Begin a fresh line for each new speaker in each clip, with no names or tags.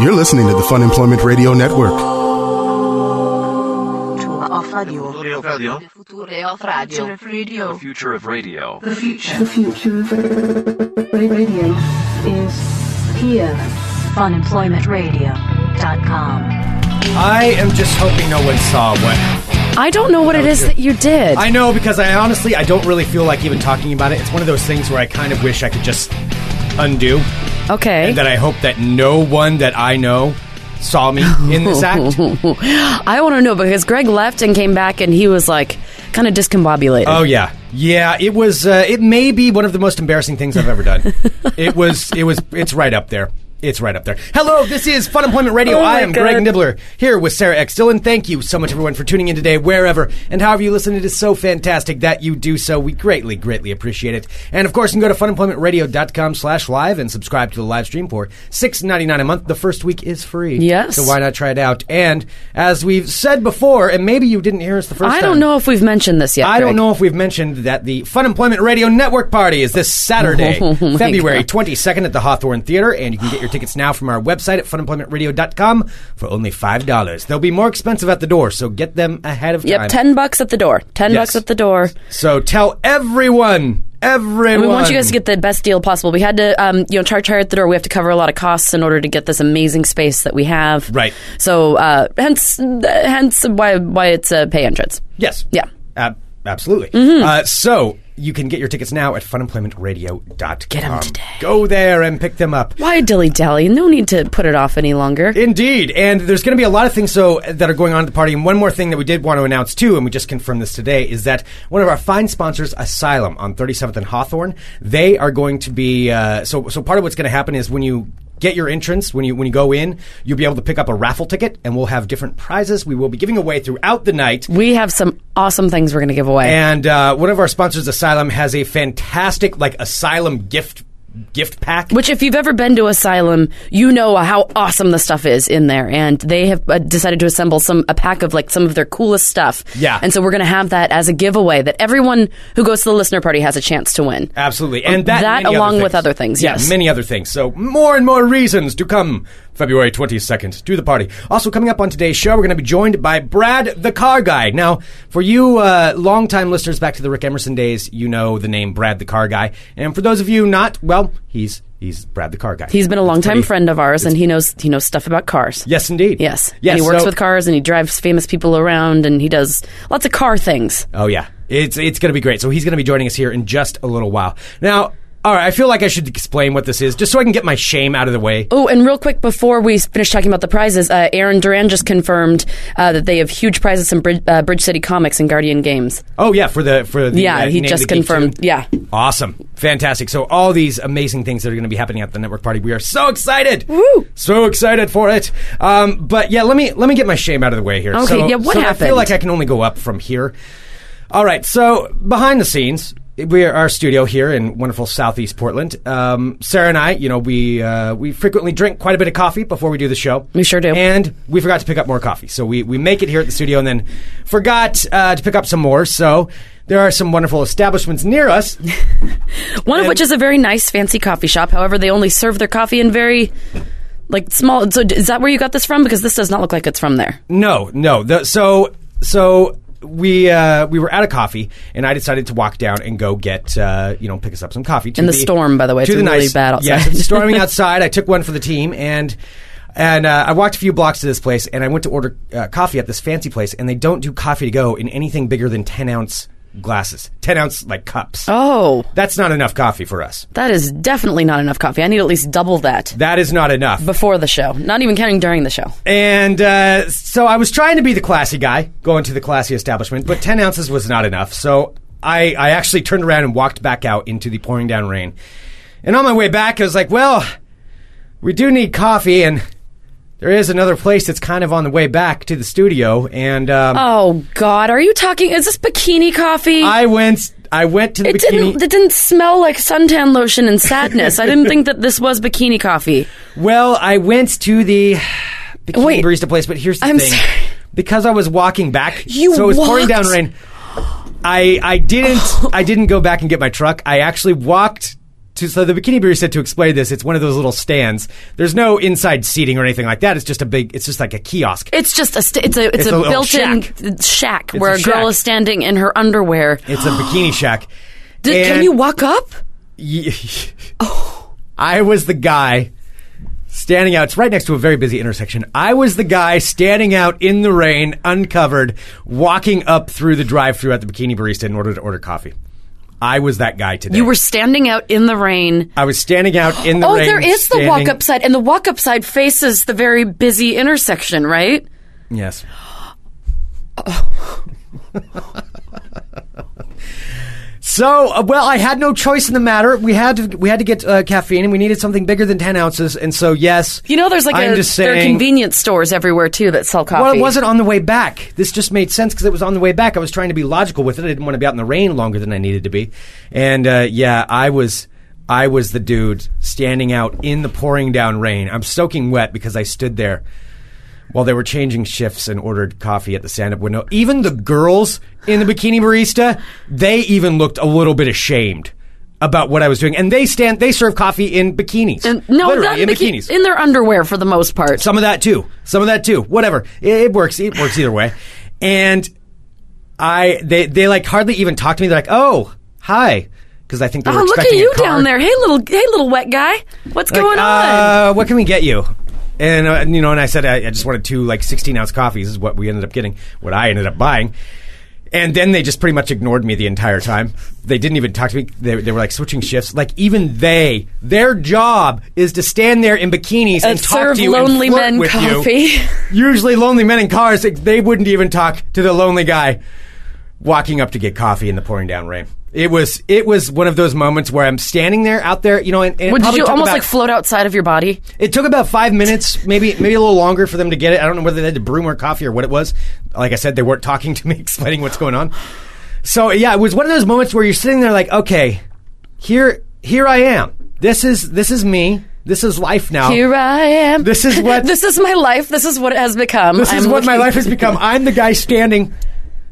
You're listening to the Fun Employment Radio Network.
Future of radio. Future
Future of radio.
of radio.
The future of radio.
The future of radio is here.
Funemploymentradio.com.
I am just hoping no one saw what.
I don't know what it is that you did.
I know because I honestly I don't really feel like even talking about it. It's one of those things where I kind of wish I could just undo,
okay.
and that I hope that no one that I know saw me in this act.
I want to know because Greg left and came back and he was like kind of discombobulated.
Oh yeah, yeah. It was. Uh, it may be one of the most embarrassing things I've ever done. it was. It was. It's right up there. It's right up there. Hello, this is Fun Employment Radio.
Oh my
I am Greg
God.
Nibbler here with Sarah X Dillon. Thank you so much, everyone, for tuning in today, wherever and however you listen. It is so fantastic that you do so. We greatly, greatly appreciate it. And of course, you can go to funemploymentradio.com slash live and subscribe to the live stream for six ninety nine a month. The first week is free.
Yes.
So why not try it out? And as we've said before, and maybe you didn't hear us the first
I
time.
don't know if we've mentioned this yet.
I don't
Greg.
know if we've mentioned that the Fun Employment Radio Network party is this Saturday,
Oh my
February
God.
22nd at the Hawthorne Theater, and you can get your tickets now from our website at funemploymentradio.com for only $5. They'll be more expensive at the door, so get them ahead of
Yep,
time.
ten bucks at the door. Ten
Yes.
bucks at the door.
So tell everyone, everyone.
We want you guys to get the best deal possible. We had to, um, you know, charge higher at the door. We have to cover a lot of costs in order to get this amazing space that we have.
Right.
So, uh, hence, hence why why it's a pay entrance.
Yes.
Yeah. Mm-hmm.
Ab- absolutely. Uh, so you can get your tickets now at funemploymentradio.com. Get
'em today.
Go there and pick them up.
Why dilly dally? No need to put it off any longer.
Indeed, and there's going to be a lot of things so that are going on at the party. And one more thing that we did want to announce too, and we just confirmed this today, is that one of our fine sponsors, Asylum, on 37th and Hawthorne, they are going to be. Uh, so, so part of what's going to happen is when you get your entrance, when you when you go in, you'll be able to pick up a raffle ticket, and we'll have different prizes we will be giving away throughout the night.
we have some awesome things we're going to give away.
And uh, one of our sponsors, Asylum, has a fantastic like Asylum gift gift pack.
Which, if you've ever been to Asylum, you know how awesome the stuff is in there, and they have uh, decided to assemble some a pack of like some of their coolest stuff.
Yeah.
and so we're going to have that as a giveaway that everyone who goes to the listener party has a chance to win.
Absolutely,
Um,
and that,
that
many
along
other
with other things,
Yeah,
yes.
many other things. So more and more reasons to come February twenty second to the party. Also coming up on today's show, we're going to be joined by Brad the Car Guy. Now, for you uh, longtime listeners back to the Rick Emerson days, you know the name Brad the Car Guy, and for those of you not, well, he's he's Brad the Car Guy.
He's been a
It's
longtime
pretty-
friend of ours, and he knows he knows stuff about cars.
Yes, indeed.
Yes.
yes.
and he works
so-
with cars, and he drives famous people around, and he does lots of car things.
Oh yeah, it's it's going to be great. So he's going to be joining us here in just a little while. Now, all right, I feel like I should explain what this is, just so I can get my shame out of the way.
Oh, and real quick before we finish talking about the prizes, uh, Aaron Duran just confirmed uh, that they have huge prizes in Bridge, uh, Bridge City Comics and Guardian Games.
Oh yeah, for the for the
Yeah,
uh,
he
Name of
just
the Geek
confirmed.
too.
Yeah.
Awesome, fantastic. So all these amazing things that are going to be happening at the network party, we are so excited,
Woo!
so excited for it. Um, but yeah, let me let me get my shame out of the way here.
Okay,
So-
yeah, what
so I
happened?
feel like I can only go up from here. All right, so behind the scenes. We are our studio here in wonderful Southeast Portland. Um, Sarah and I, you know, we uh, we frequently drink quite a bit of coffee before we do the show.
We sure do.
And we forgot to pick up more coffee. So we, we make it here at the studio and then forgot uh, to pick up some more. So there are some wonderful establishments near us.
One of which is a very nice, fancy coffee shop. However, they only serve their coffee in very like small. So, d- is that where you got this from? Because this does not look like it's from there.
No, no. The, so so we uh, we were out of coffee and I decided to walk down and go get uh, you know pick us up some coffee. To
In the storm, by the way.
to
It's
the
really
nice,
bad outside.
Yes, it's storming outside. I took one for the team and. And uh, I walked a few blocks to this place, and I went to order uh, coffee at this fancy place, and they don't do coffee to go in anything bigger than ten ounce glasses, ten ounce like cups.
Oh,
That's not enough coffee for us.
that is definitely not enough coffee. I need at least double that
That is not enough.
before the show. Not even counting during the show.
And uh, so I was trying to be the classy guy, going to the classy establishment, but 10 ounces was not enough. So I, I actually turned around and walked back out into the pouring down rain. And on my way back, I was like, well, we do need coffee, and there is another place that's kind of on the way back to the studio. And um,
Oh God, are you talking? Is this bikini coffee?
I went. I went to the
it
bikini.
didn't. It didn't smell like suntan lotion and sadness. I didn't think that this was bikini coffee.
Well, I went to the bikini
Wait.
barista place, but here's the
I'm
thing:
sorry.
because I was walking back,
You
so it was pouring down
walked?
rain. I I didn't I didn't go back and get my truck. I actually walked to, so the Bikini Brewery said to explain this, it's one of those little stands. There's no inside seating or anything like that. It's just a big. It's just like a kiosk.
It's just a st- it's a it's,
It's
a,
a little
built-in
shack.
shack,
It's
where
a
a, girl
shack.
is standing in her underwear.
It's a bikini shack.
Did, can
And-
you walk up?
Ye-
Oh.
I was the guy standing out. It's right next to a very busy intersection. I was the guy standing out in the rain, uncovered, walking up through the drive-through at the Bikini Barista in order to order coffee. I was that guy today.
You were standing out in the rain.
I was standing out in the
oh,
rain.
there is the
standing-
walk up side, and the walk up side faces the very busy intersection, right?
Yes. so, uh, well, I had no choice in the matter. We had to we had to get uh, caffeine, and we needed something bigger than ten ounces. And so, yes,
You know, there's like
I'm
a
just
there are
saying-
convenience stores everywhere too that sell coffee.
Well, it wasn't on the way back. This just made sense because it was on the way back. I was trying to be logical with it. I didn't want to be out in the rain longer than I needed to be. And uh, yeah, I was, I was the dude standing out in the pouring down rain. I'm soaking wet because I stood there while they were changing shifts and ordered coffee at the stand-up window. Even the girls in the bikini barista, they even looked a little bit ashamed about what I was doing. And they stand, they serve coffee in bikinis.
And- no,
Literally,
not
in
biki-
bikinis.
in their underwear for the most part.
Some of that too. Some of that too. Whatever. It, it works. It works either way. And I, they, they like hardly even talk to me. They're like, "Oh, hi," because I think they were
oh, look at
expecting a
you
car.
down there! Hey, little hey, little wet guy, what's
Like,
going on?
Uh, what can we get you? And uh, you know, and I said I, I just wanted two like sixteen ounce coffees. Is what we ended up getting. What I ended up buying. And then they just pretty much ignored me the entire time. They didn't even talk to me. They, they were like switching shifts. Like even they, their job is to stand there in bikinis and
And
talk
serve
to you
lonely
and flirt
men
with you.
coffee.
Usually, lonely men in cars they wouldn't even talk to the lonely guy walking up to get coffee in the pouring down rain. It was it was one of those moments where I'm standing there out there, you know, and, and it
Would
probably
you
took
almost
about- Oh.
like float outside of your body?
it took about five minutes, maybe maybe a little longer for them to get it. I don't know whether they had to brew more coffee or what it was. Like I said, they weren't talking to me, explaining what's going on. So yeah, it was one of those moments where you're sitting there like, okay, here here I am. This is this is me. This is life now.
Here I am.
This is what-
this is my life. This is what it has become.
this is
I'm
what my
looking-
life has become. I'm the guy standing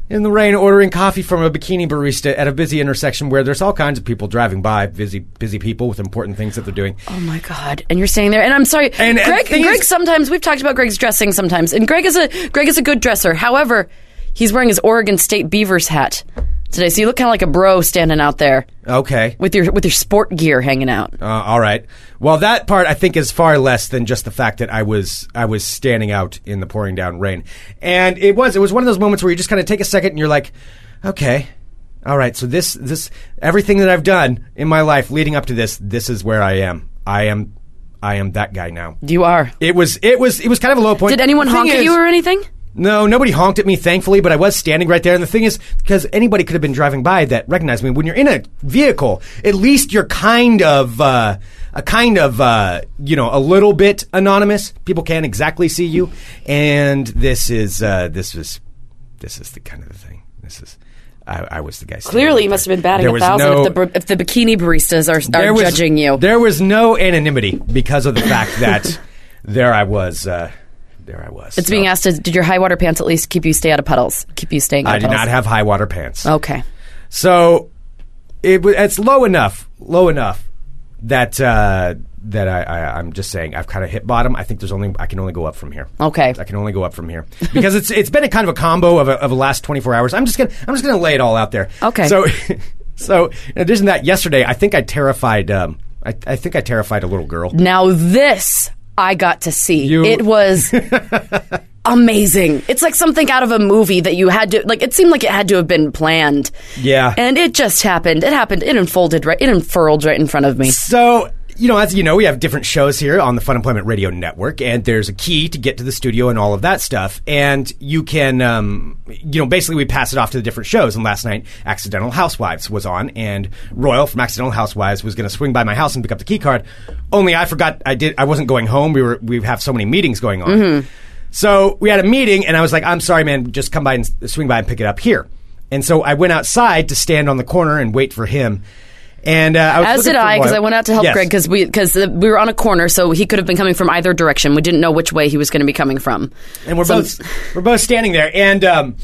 in the rain ordering coffee from a bikini barista at a busy intersection where there's all kinds of people driving by, busy busy people with important things that they're doing.
Oh my god! And you're standing there, and I'm sorry,
And- and
Greg.
thing
Greg
is-
sometimes we've talked about Greg's dressing sometimes, and Greg is a Greg is a good dresser. However, he's wearing his Oregon State Beavers hat today, so you look kind of like a bro standing out there
Okay.
with your with your sport gear hanging out.
Uh, all right. Well, that part I think is far less than just the fact that I was I was standing out in the pouring down rain, and it was it was one of those moments where you just kind of take a second and you're like, okay, all right. So this this everything that I've done in my life leading up to this, this is where I am. I am I am that guy now.
You are.
It was it was it was kind of a low point.
Did anyone
The thing
honk at
is-
you or anything?
no, nobody honked at me, thankfully, but I was standing right there. And the thing is, because anybody could have been driving by that recognized me. When you're in a vehicle, at least you're kind of uh, a kind of uh, you know a little bit anonymous. People can't exactly see you. And this is uh, this is this is the kind of the thing. This is I, I was the guy. standing
Clearly, you
there.
must have been batting
There
a
was
thousand
no-
if, the, br- if the bikini baristas are,
there
are
was-
judging you.
There was no anonymity because of the fact that there I was. Uh, there I was.
It's being asked, to, did your high water pants at least keep you stay out of puddles? Keep you staying out
I
of
did
puddles?
not have high water pants.
Okay.
So it wa- it's low enough, low enough that uh, that I, I I'm just saying I've kind of hit bottom. I think there's only I can only go up from here.
Okay.
I can only go up from here because it's it's been a kind of a combo of a, of the last 24 hours. I'm just gonna I'm just gonna lay it all out there.
Okay.
So so in addition to that, yesterday I think I terrified um I, I think I terrified a little girl.
Now this I got to see.
You-
It was amazing. It's like something out of a movie that you had to like. It seemed like it had to have been planned.
Yeah.
and it just happened. It happened. It unfolded right. It unfurled right in front of me.
So, you know, as you know, we have different shows here on the Fun Employment Radio Network, and there's a key to get to the studio and all of that stuff. And you can, um, you know, basically we pass it off to the different shows. And last night, Accidental Housewives was on, and Royal from Accidental Housewives was going to swing by my house and pick up the key card. Only I forgot I did. I wasn't going home. We were we have so many meetings going on. So we had a meeting, and I was like, "I'm sorry, man. Just come by and s- swing by and pick it up here." And so I went outside to stand on the corner and wait for him. And uh, I was
As
looking
did
for
I, because
Royal-
I went out to help
Yes.
Greg because we because we were on a corner, so he could have been coming from either direction. We didn't know which way he was going to be coming from.
and we're
So-
both we're both standing there and um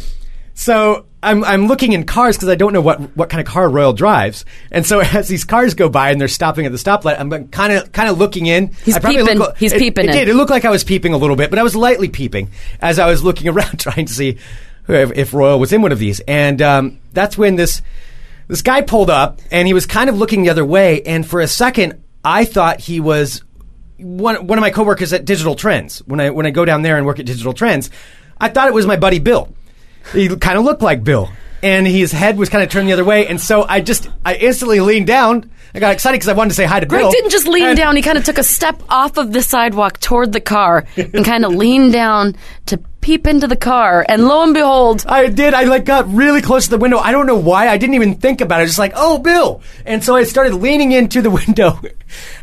so I'm I'm looking in cars because I don't know what what kind of car Royal drives, and so as these cars go by and they're stopping at the stoplight, I'm kind of kind of looking in.
He's
I probably
peeping.
look-
He's
it,
peeping
It
in.
did. It looked like I was peeping a little bit, but I was lightly peeping as I was looking around trying to see if, if Royal was in one of these, and um, that's when this this guy pulled up and he was kind of looking the other way, and for a second I thought he was one one of my coworkers at Digital Trends. When I when I go down there and work at Digital Trends, I thought it was my buddy Bill. He kind of looked like Bill, and his head was kind of turned the other way. And so I just I instantly leaned down. I got excited because I wanted to say hi to
Greg
Bill.
didn't just lean
And-
down. He kind of took a step off of the sidewalk toward the car and kind of leaned down to peep into the car. And lo and behold,
I did. I like got really close to the window. I don't know why. I didn't even think about it. I was just like, oh, Bill. And so I started leaning into the window,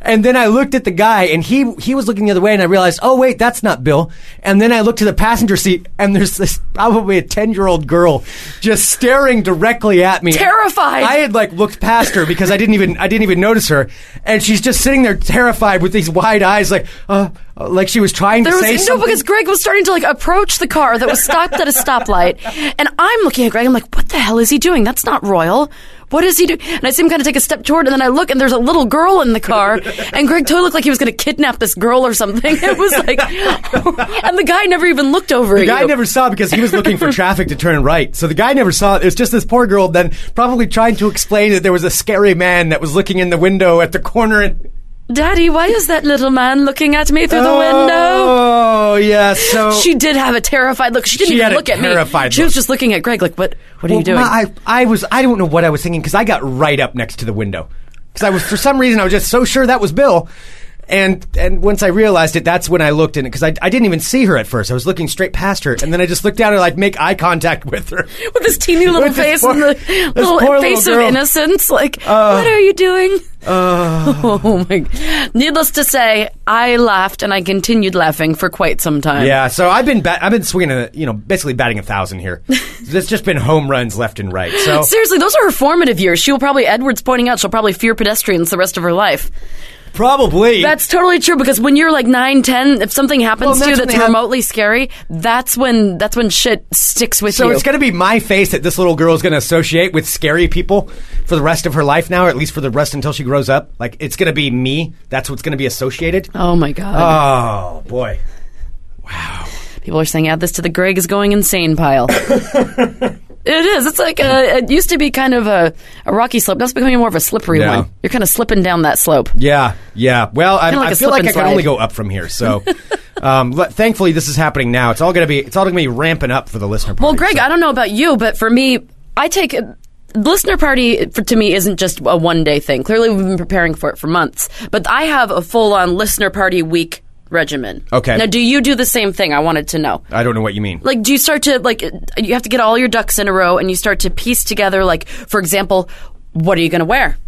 and then I looked at the guy, and he he was looking the other way, and I realized, oh wait, that's not Bill. And then I looked to the passenger seat, and there's this probably a ten year old girl just staring directly at me,
Terrified.
I had like looked past her because I didn't even I didn't even notice her, and she's just sitting there terrified with these wide eyes, like uh, like she was trying
there
to
was
say
no
something.
because Greg was starting to like approach the car that was stopped at a stoplight, and I'm looking at Greg. I'm like, what the hell is he doing? That's not royal. What is he doing? And I see him kind of take a step toward, and then I look, and there's a little girl in the car, and Greg totally looked like he was going to kidnap this girl or something. It was like, and the guy never even looked over
The
at
guy
you.
never saw because he was looking for traffic to turn right. So the guy never saw it. It was just this poor girl then probably trying to explain that there was a scary man that was looking in the window at the corner. And,
Daddy, why is that little man looking at me through the window?
Oh yeah. So
She did have a terrified look. She didn't
She
even
had a
look at me.
terrified
She was
look.
just looking at Greg like, "What? What are
Well,
you doing?"
my- I I was I don't know what I was thinking because I got right up next to the window because I was for some reason I was just so sure that was Bill. And and once I realized it, that's when I looked in it because I, I didn't even see her at first. I was looking straight past her, and then I just looked down and like make eye contact with her.
with this teeny little
With
face
this poor-
and the
this
little
poor
face
little
of
girl. Uh,
innocence. Like, what are you doing? oh my! Needless to say, I laughed and I continued laughing for quite some time.
Yeah, so I've been bat- I've been swinging, a, you know, basically batting a thousand here. it's just been home runs left and right. So
Seriously, those are her formative years. She will probably, Edward's pointing out, she'll probably fear pedestrians the rest of her life.
probably
That's totally true because when you're like 9, 10, if something
Well,
happens
that's
to you
when
that's
they have-
remotely scary, that's when that's when shit sticks with
so
you.
it's going to be my face that this little girl is going to associate with scary people for the rest of her life now, or at least for the rest until she grows up. Like it's going to be me. That's what's going to be associated.
oh my god.
Oh boy.
People are saying, add this to the Greg is going insane pile. it is. It's like a, it used to be kind of a, a rocky slope. Now it's becoming more of a slippery
Yeah.
one. You're kind of slipping down that slope.
Yeah, yeah. Well, I,
Kinda like
I
a
feel
slip
like
and
I can
slide.
only go up from here. So, um, le- thankfully, this is happening now. It's all going to be it's all going to be ramping up for the listener.
Well,
party,
Greg,
so-
I don't know about you, but for me, I take the listener party for, to me isn't just a one day thing. Clearly, we've been preparing for it for months, but I have a full on listener party week regimen.
Okay.
Now, do you do the same thing? I wanted to know.
I don't know what you mean.
like do you start to like you have to get all your ducks in a row and you start to piece together like for example what are you going to wear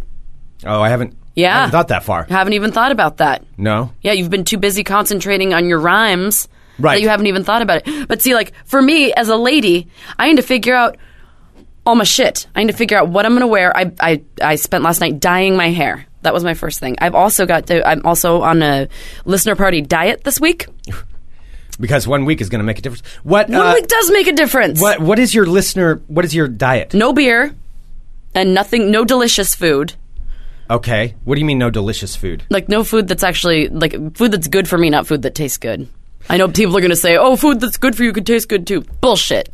oh, I haven't.
Yeah.
I haven't thought that far.
haven't even thought about that
No.
yeah you've been too busy concentrating on your rhymes
Right.
that you haven't even thought about it but see like for me as a lady i need to figure out all my shit i need to figure out what i'm going to wear I, I i spent last night dyeing my hair that was my first thing i've also got to i'm also on a listener party diet this week
because one week is going to make a difference. What
one
uh,
week does make a difference
what what is your listener? What is your diet?
no beer and nothing no delicious food
Okay, what do you mean no delicious food?
like no food that's actually like food that's good for me, not food that tastes good. I know people are gonna say, "Oh, food that's good for you could taste good too." Bullshit.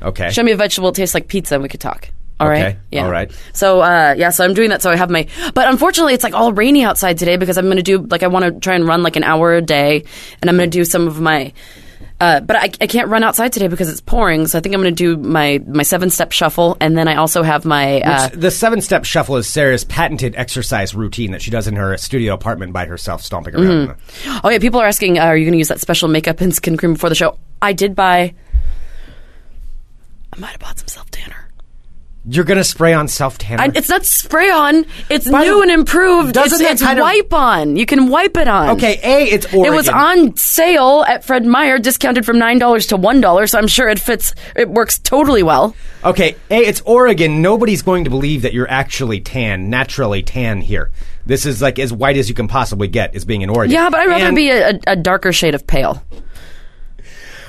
Okay,
Show me a vegetable that tastes like pizza, and we could talk. All right.
Okay.
Yeah.
All right.
So uh, yeah, so I'm doing that. So I have my, but unfortunately, it's like all rainy outside today because I'm gonna do like I want to try and run like an hour a day, and I'm gonna do some of my. Uh, but I, I can't run outside today because it's pouring, so I think I'm going to do my, my seven step shuffle, and then I also have my uh,
the seven step shuffle is Sarah's patented exercise routine that she does in her studio apartment by herself, stomping around.
Oh yeah, people are asking, uh, are you going to use that special makeup and skin cream before the show? I did buy. I might have bought some self tanner.
You're going to spray on self
I-
tanner.
It's not spray on. It's
But
new and improved.
doesn't
it's
that
it's
kind of-
wipe on. You can wipe it on.
Okay, a it's Oregon.
It was on sale at Fred Meyer, discounted from nine dollars to one dollar. So I'm sure it fits. It works totally well.
Okay, a it's Oregon. Nobody's going to believe that you're actually tan, naturally tan here. This is like as white as you can possibly get is being in Oregon.
Yeah, but I'd rather
And-
be a, a, a darker shade of pale.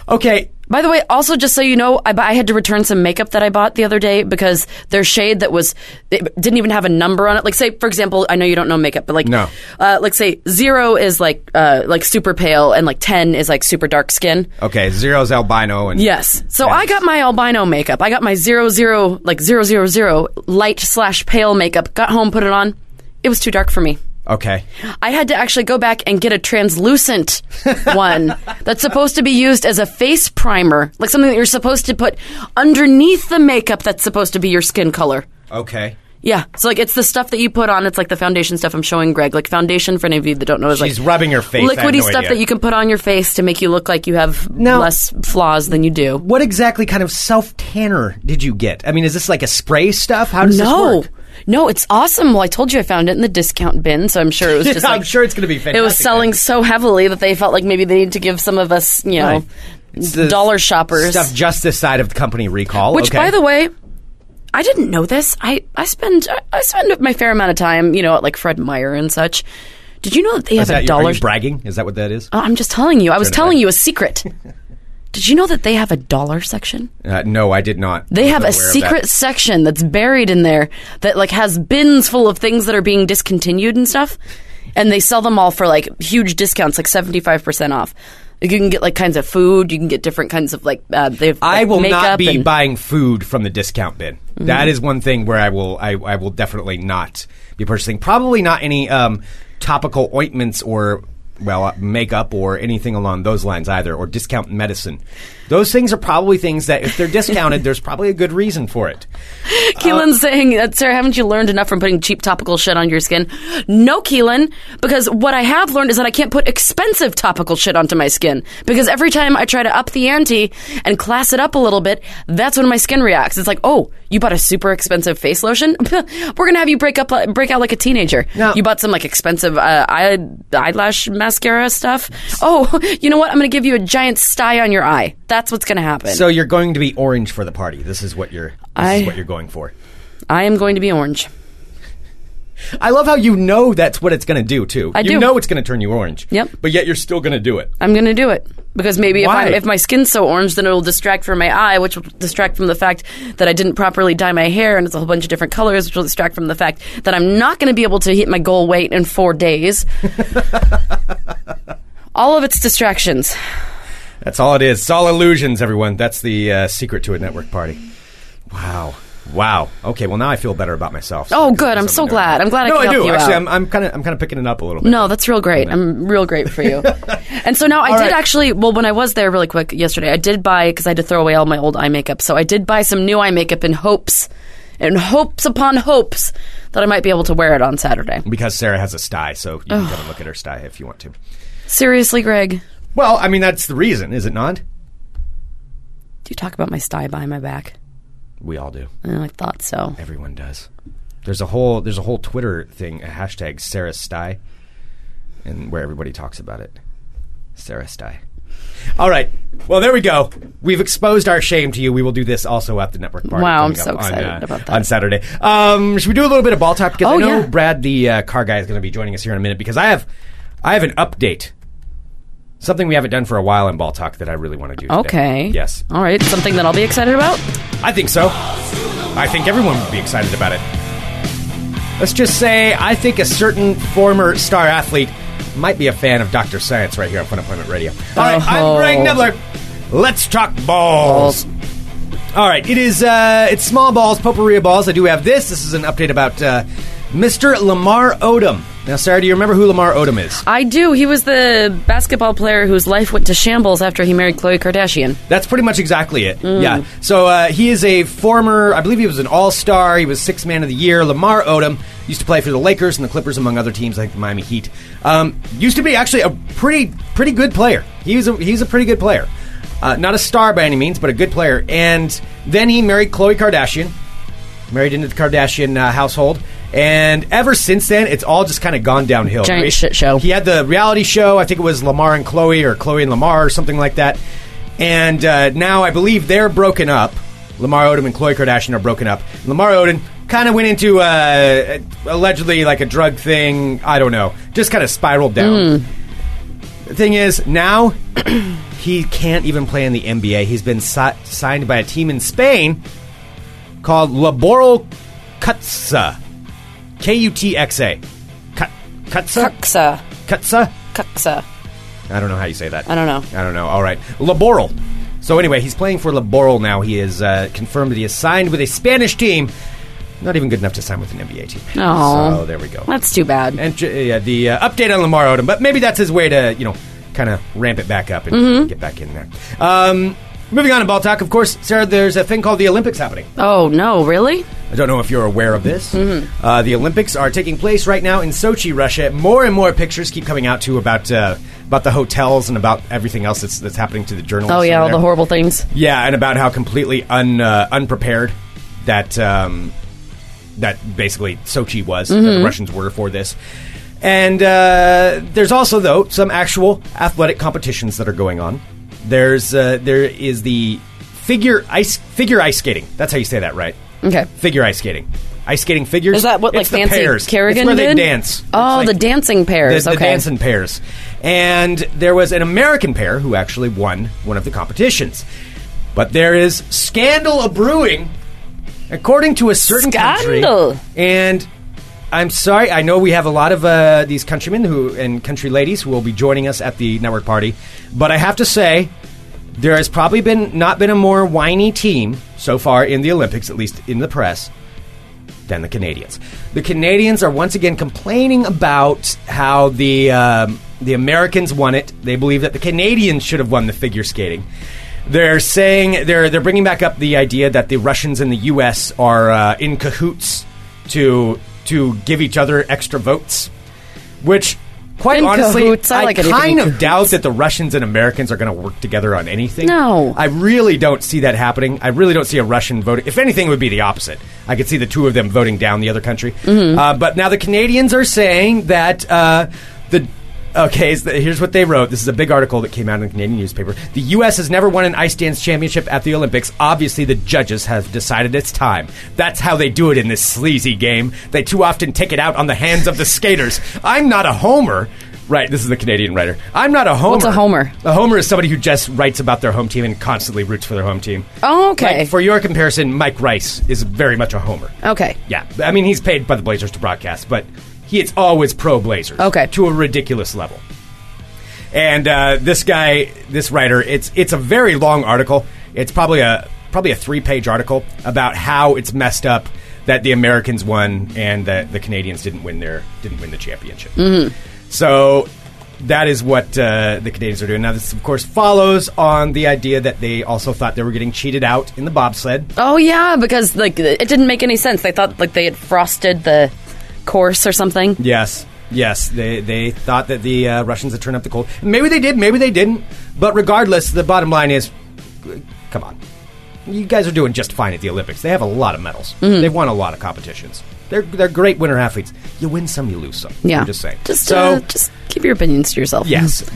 Okay,
By the way, also just so you know, I, bu- I had to return some makeup that I bought the other day because their shade that was it didn't even have a number on it. Like say, for example, I know you don't know makeup, but like
No.
uh, like say zero is like uh, like super pale and like ten is like super dark skin.
Okay, zero's albino and
Yes. So I got my albino makeup. I got my zero zero like zero zero zero light slash pale makeup. Got home, put it on. It was too dark for me.
Okay,
I had to actually go back and get a translucent one that's supposed to be used as a face primer, like something that you're supposed to put underneath the makeup that's supposed to be your skin color.
okay.
Yeah, so like it's the stuff that you put on. It's like the foundation stuff I'm showing Greg. Like foundation for any of you that don't know is
She's
like
rubbing her face. I have
liquidy
no
stuff
idea.
that you can put on your face to make you look like you have
Now-
less flaws than you do.
What exactly kind of self tanner did you get? I mean, is this like a spray stuff? How does
no.
this work?
No, it's awesome. Well, I told you I found it in the discount bin, so I'm sure it was just.
I'm
like-
sure it's gonna be
It was
fantastic
selling
then.
so heavily that they felt like maybe they need to give some of us, you know,
Right. It's the
dollar shoppers.
stuff just this side of the company recall.
Which,
okay.
by the way, I didn't know this. I I spend I- I spend my fair amount of time, you know, at like Fred Meyer and such. Did you know that they
is
have
that
a
you-
dollar?
are you bragging? Is that what that is?
Oh, I'm just telling you. I was
Turn it
telling
back.
you a secret. Did you know that they have a dollar section?
Uh, no, I did not.
They
I
have a
wasn't aware of that.
secret section that's buried in there that like has bins full of things that are being discontinued and stuff, and they sell them all for like huge discounts, like seventy five percent off. Like, You can get like kinds of food. You can get different kinds of like uh, they have.
I
like,
will
makeup
not be
and- Mm-hmm.
buying food from the discount bin. That is one thing where I will I, I will definitely not be purchasing. Probably not any um, topical ointments or well uh, makeup or anything along those lines either, or discount medicine. Those things are probably things that if they're discounted, there's probably a good reason for it.
Keelan's saying, uh, Sarah, haven't you learned enough from putting cheap topical shit on your skin? No, Keelan, because what I have learned is that I can't put expensive topical shit onto my skin. Because every time I try to up the ante and class it up a little bit, that's when my skin reacts. It's like, oh, you bought a super expensive face lotion? We're going to have you break up, uh, break out like a teenager.
No.
You bought some like expensive uh, eye, eyelash mascara stuff? Oh, you know what? I'm going to give you a giant sty on your eye. That's what's going to happen.
So you're going to be orange for the party. This is what you're. This
I-
is what you're going for.
I am going to be orange.
I love how you know that's what it's going to do too.
I
you
do.
know it's going to turn you orange.
Yep.
But yet you're still going to do it.
I'm gonna do it because maybe if,
Why?
I, if my skin's so orange, then it'll distract from my eye, which will distract from the fact that I didn't properly dye my hair, and it's a whole bunch of different colors, which will distract from the fact that I'm not gonna be able to hit my goal weight in four days. All of its distractions.
That's all it is. It's all illusions, everyone. That's the uh, secret to a network party. Wow. Wow. Okay. Well, now I feel better about myself.
Oh, good. I'm so glad. I'm glad I
no,
could
I
help
do.
you
actually,
out.
I'm, I'm kind of I'm kind of picking it up a little bit.
No, that's real great. I'm real great for you. and so now I
All
did
right.
actually, well, when I was there really quick yesterday, I did buy, because I had to throw away all my old eye makeup. So I did buy some new eye makeup in hopes, in hopes upon hopes that I might be able to wear it on Saturday.
because Sarah has a sty, so you can come and look at her sty if you want to.
Seriously, Greg, do
Well, I mean, that's the reason, is it not?
you talk about my sty behind my back?
We all do.
And I thought so.
Everyone does. There's a whole there's a whole Twitter thing, a hashtag Sarah Sty, and where everybody talks about it. Sarah Sty. All right. Well, there we go. We've exposed our shame to you. We will do this also at the network party.
Wow, I'm
coming
so
up on,
excited
uh,
about that.
on Saturday. Um, should we do a little bit of ball talk? Because I
Oh,
know
yeah.
Brad, the uh, car guy, is going to be joining us here in a minute. Because I have, I have an update. Something we haven't done for a while in ball talk that I really want to do. today.
Okay.
Yes.
All right. Something that I'll be excited about?
I think so. I think everyone would be excited about it. Let's just say I think a certain former star athlete might be a fan of Dr. Science right here on Fun Employment Radio. All right, I'm
Oh.
Greg Nibbler. Let's talk balls. All right, it is uh, it's small balls, potpourri of balls. I do have this. This is an update about uh, Mr. Lamar Odom. Now, Sarah, do you remember who Lamar Odom is?
I do. He was the basketball player whose life went to shambles after he married Khloe Kardashian.
That's pretty much exactly it. Yeah. So uh, he is a former, I believe he was an all star. He was six man of the year. Lamar Odom used to play for the Lakers and the Clippers, among other teams like the Miami Heat. Um, used to be actually a pretty pretty good player. He was a, he's a pretty good player. Uh, not a star by any means, but a good player. And then he married Khloe Kardashian, married into the Kardashian uh, household. And ever since then, it's all just kind of gone downhill.
Giant
He-
shit show.
He he had the reality show. I think it was Lamar and Chloe or Chloe and Lamar or something like that. And uh, now I believe they're broken up. Lamar Odom and Chloe Kardashian are broken up. Lamar Odom kind of went into
Hmm.
uh, allegedly like a drug thing. I don't know. Just kind of spiraled down. The thing is, now he can't even play in the NBA. He's been si- signed by a team in Spain called Laboral Kutxa. K U T X A. Kut- Kutxa?
Cuxa.
Kutxa?
Cuxa.
I don't know how you say that.
I don't know.
I don't know. All right. Laboral. So anyway, he's playing for Laboral now. He is uh, confirmed that he is signed with a Spanish team. Not even good enough to sign with an NBA team.
Aw.
So there we go.
That's too bad.
And j- yeah, the uh, update on Lamar Odom, but maybe that's his way to you know kind of ramp it back up and
Mm-hmm.
get back in there. Um, moving on to ball talk, of course, Sarah. There's a thing called the Olympics happening.
Oh, no, really?
I don't know if you're aware of this.
Mm-hmm.
Uh, the Olympics are taking place right now in Sochi, Russia. More and more pictures keep coming out too about uh, about the hotels and about everything else that's that's happening to the journalists.
Oh, yeah,
over
all the
there.
horrible things.
Yeah, and about how completely un, uh, unprepared that um, that basically Sochi was. that
Mm-hmm.
the Russians were for this. And uh, there's also though some actual athletic competitions that are going on. There's uh, there is the figure ice figure ice skating. That's how you say that, right?
Okay.
Figure ice skating. Ice skating figures.
Is that what, like,
It's the
Fancy
pairs.
Kerrigan
It's where
did?
they dance. It's
Oh,
like-
the dancing pairs.
the, the
okay.
dancing pairs. And there was an American pair who actually won one of the competitions. But there is scandal a brewing, according to a certain
Scandal.
country. And I'm sorry, I know we have a lot of uh, these countrymen who and country ladies who will be joining us at the network party. But I have to say, there has probably been not been a more whiny team so far in the Olympics, at least in the press, than the Canadians. The Canadians are once again complaining about how the um, the Americans won it. They believe that the Canadians should have won the figure skating. They're saying they're they're bringing back up the idea that the Russians and the U.S. are uh, in cahoots to to give each other extra votes, which. Quite
In
honestly,
cahoots. I like anything in
kind of
cahoots.
doubt that the Russians and Americans are going to work together on anything.
No.
I really don't see that happening. I really don't see a Russian voting. If anything, it would be the opposite. I could see the two of them voting down the other country.
Mm-hmm.
Uh, but now the Canadians are saying that uh, the. Okay, is the- here's what they wrote. This is a big article that came out in a Canadian newspaper. The U.S. has never won an ice dance championship at the Olympics. Obviously, the judges have decided it's time. That's how they do it in this sleazy game. They too often take it out on the hands of the skaters. I'm not a homer. Right, this is the Canadian writer. I'm not a homer.
What's a homer?
A homer is somebody who just writes about their home team and constantly roots for their home team.
Oh, okay.
Like, for your comparison, Mike Rice is very much a homer.
okay.
Yeah, I mean he's paid by the Blazers to broadcast, but he is always pro Blazers.
Okay.
to a ridiculous level. And uh, this guy, this writer, it's it's a very long article. It's probably a probably a three page article about how it's messed up that the Americans won and that the Canadians didn't win their didn't win the championship. So that is what uh, the Canadians are doing now. This of course follows on the idea that they also thought they were getting cheated out in the bobsled.
Oh, yeah, because, like, it didn't make any sense. They thought, like, they had frosted the course or something.
Yes, yes. They they thought that the uh, Russians had turned up the cold. Maybe they did. Maybe they didn't. But regardless, the bottom line is, come on, you guys are doing just fine at the Olympics. They have a lot of medals.
Mm-hmm.
They've won a lot of competitions. They're they're great winter athletes. You win some, you lose some.
Yeah.
I'm just saying.
Just,
so
uh, just keep your opinions to yourself.
yes,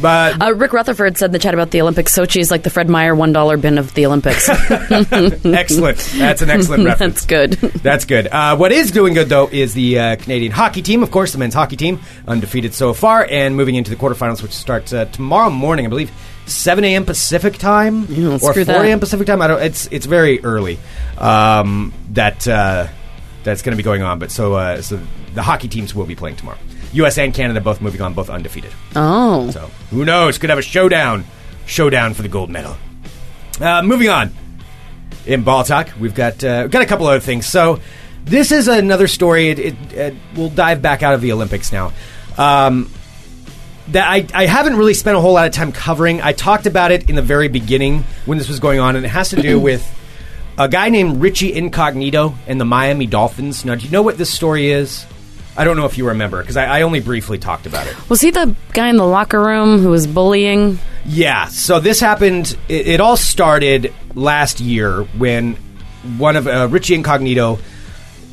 but
Uh, Rick Rutherford said in the chat about the Olympics. Sochi is like the Fred Meyer one dollar bin of the Olympics.
excellent. That's an excellent reference.
That's good.
That's good. Uh, what is doing good though is the uh, Canadian hockey team, of course, the men's hockey team, undefeated so far, and moving into the quarterfinals, which starts uh, tomorrow morning, I believe, seven a.m. Pacific time
screw
or four
that.
a.m. Pacific time. I don't. It's it's very early. Um, that uh, that's going to be going on, but so uh, so the hockey teams will be playing tomorrow. U.S. and Canada both moving on, both undefeated.
Oh,
So who knows? Could have a showdown, showdown for the gold medal. Uh, moving on. In ball talk, we've got uh, we've got a couple other things. So this is another story. It, it, uh we'll dive back out of the Olympics now. Um, that I, I haven't really spent a whole lot of time covering. I talked about it in the very beginning when this was going on, and it has to do with a guy named Richie Incognito and the Miami Dolphins. Now, do you know what this story is? I don't know if you remember because I, I only briefly talked about it.
was he the guy in the locker room who was bullying?
Yeah, so this happened. It, it all started last year when one of uh, Richie Incognito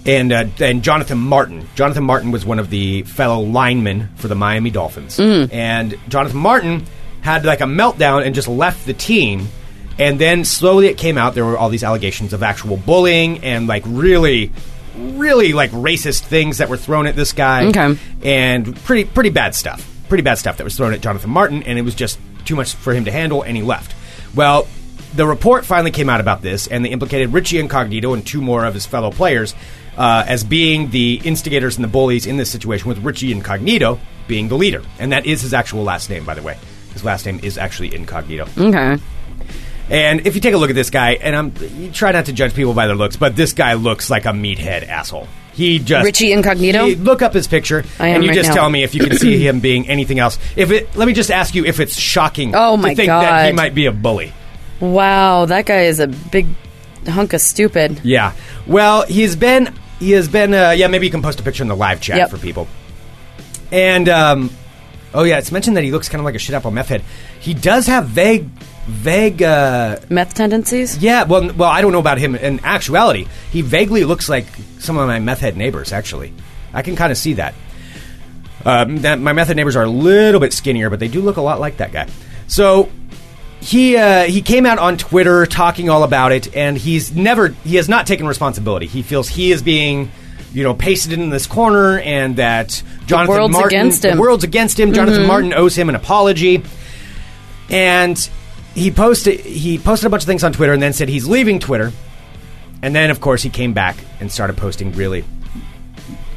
and uh, and Jonathan Martin. Jonathan Martin was one of the fellow linemen for the Miami Dolphins, and Jonathan Martin had like a meltdown and just left the team. And then slowly it came out there were all these allegations of actual bullying and like really, really like racist things that were thrown at this guy
Okay.
and pretty pretty bad stuff. pretty bad stuff that was thrown at Jonathan Martin, and it was just too much for him to handle, and he left. Well, the report finally came out about this, and they implicated Richie Incognito and two more of his fellow players uh, as being the instigators and the bullies in this situation, with Richie Incognito being the leader. And that is his actual last name, by the way. His last name is actually Incognito.
Okay.
And if you take a look at this guy, and I'm you try not to judge people by their looks, but this guy looks like a meathead asshole. He just
Richie Incognito?
He- look up his picture,
I am
and you
right
just
now.
tell me if you can see him being anything else. If it, let me just ask you if it's shocking.
Oh my
to think that he
God.
might be a bully.
Wow, that guy is a big hunk of stupid.
Yeah. Well, he's been he has been. Uh, yeah, maybe you can post a picture in the live chat
Yep.
for people. And um, oh yeah, it's mentioned that he looks kind of like a shit apple meth head. He does have vague, vague. Uh,
Meth tendencies?
Yeah, well, n- well, I don't know about him. In actuality, he vaguely looks like some of my meth head neighbors. Actually, I can kind of see that. Um, that my meth head neighbors are a little bit skinnier, but they do look a lot like that guy. So he uh, he came out on Twitter talking all about it, and he's never he has not taken responsibility. He feels he is being you know pasted in this corner, and that Jonathan
world's
Martin,
against him. Mm-hmm.
the world's against him. Jonathan Martin owes him an apology and he posted he posted a bunch of things on Twitter and then said he's leaving Twitter. And then, of course, he came back and started posting really,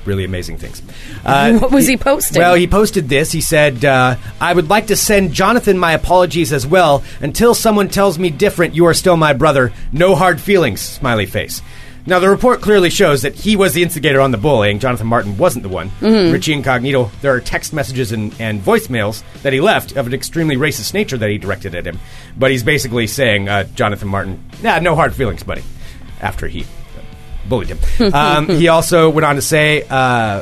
really amazing things. Uh,
What was he posting?
Well, he posted this. He said, uh, "I would like to send Jonathan my apologies as well. Until someone tells me different, you are still my brother. No hard feelings." Smiley face. Now, the report clearly shows that he was the instigator on the bullying. Jonathan Martin wasn't the one.
Mm-hmm.
Richie Incognito. There are text messages and, and voicemails that he left of an extremely racist nature that he directed at him. But he's basically saying, uh, "Jonathan Martin, nah, no hard feelings, buddy." After he bullied him, um, he also went on to say. Uh,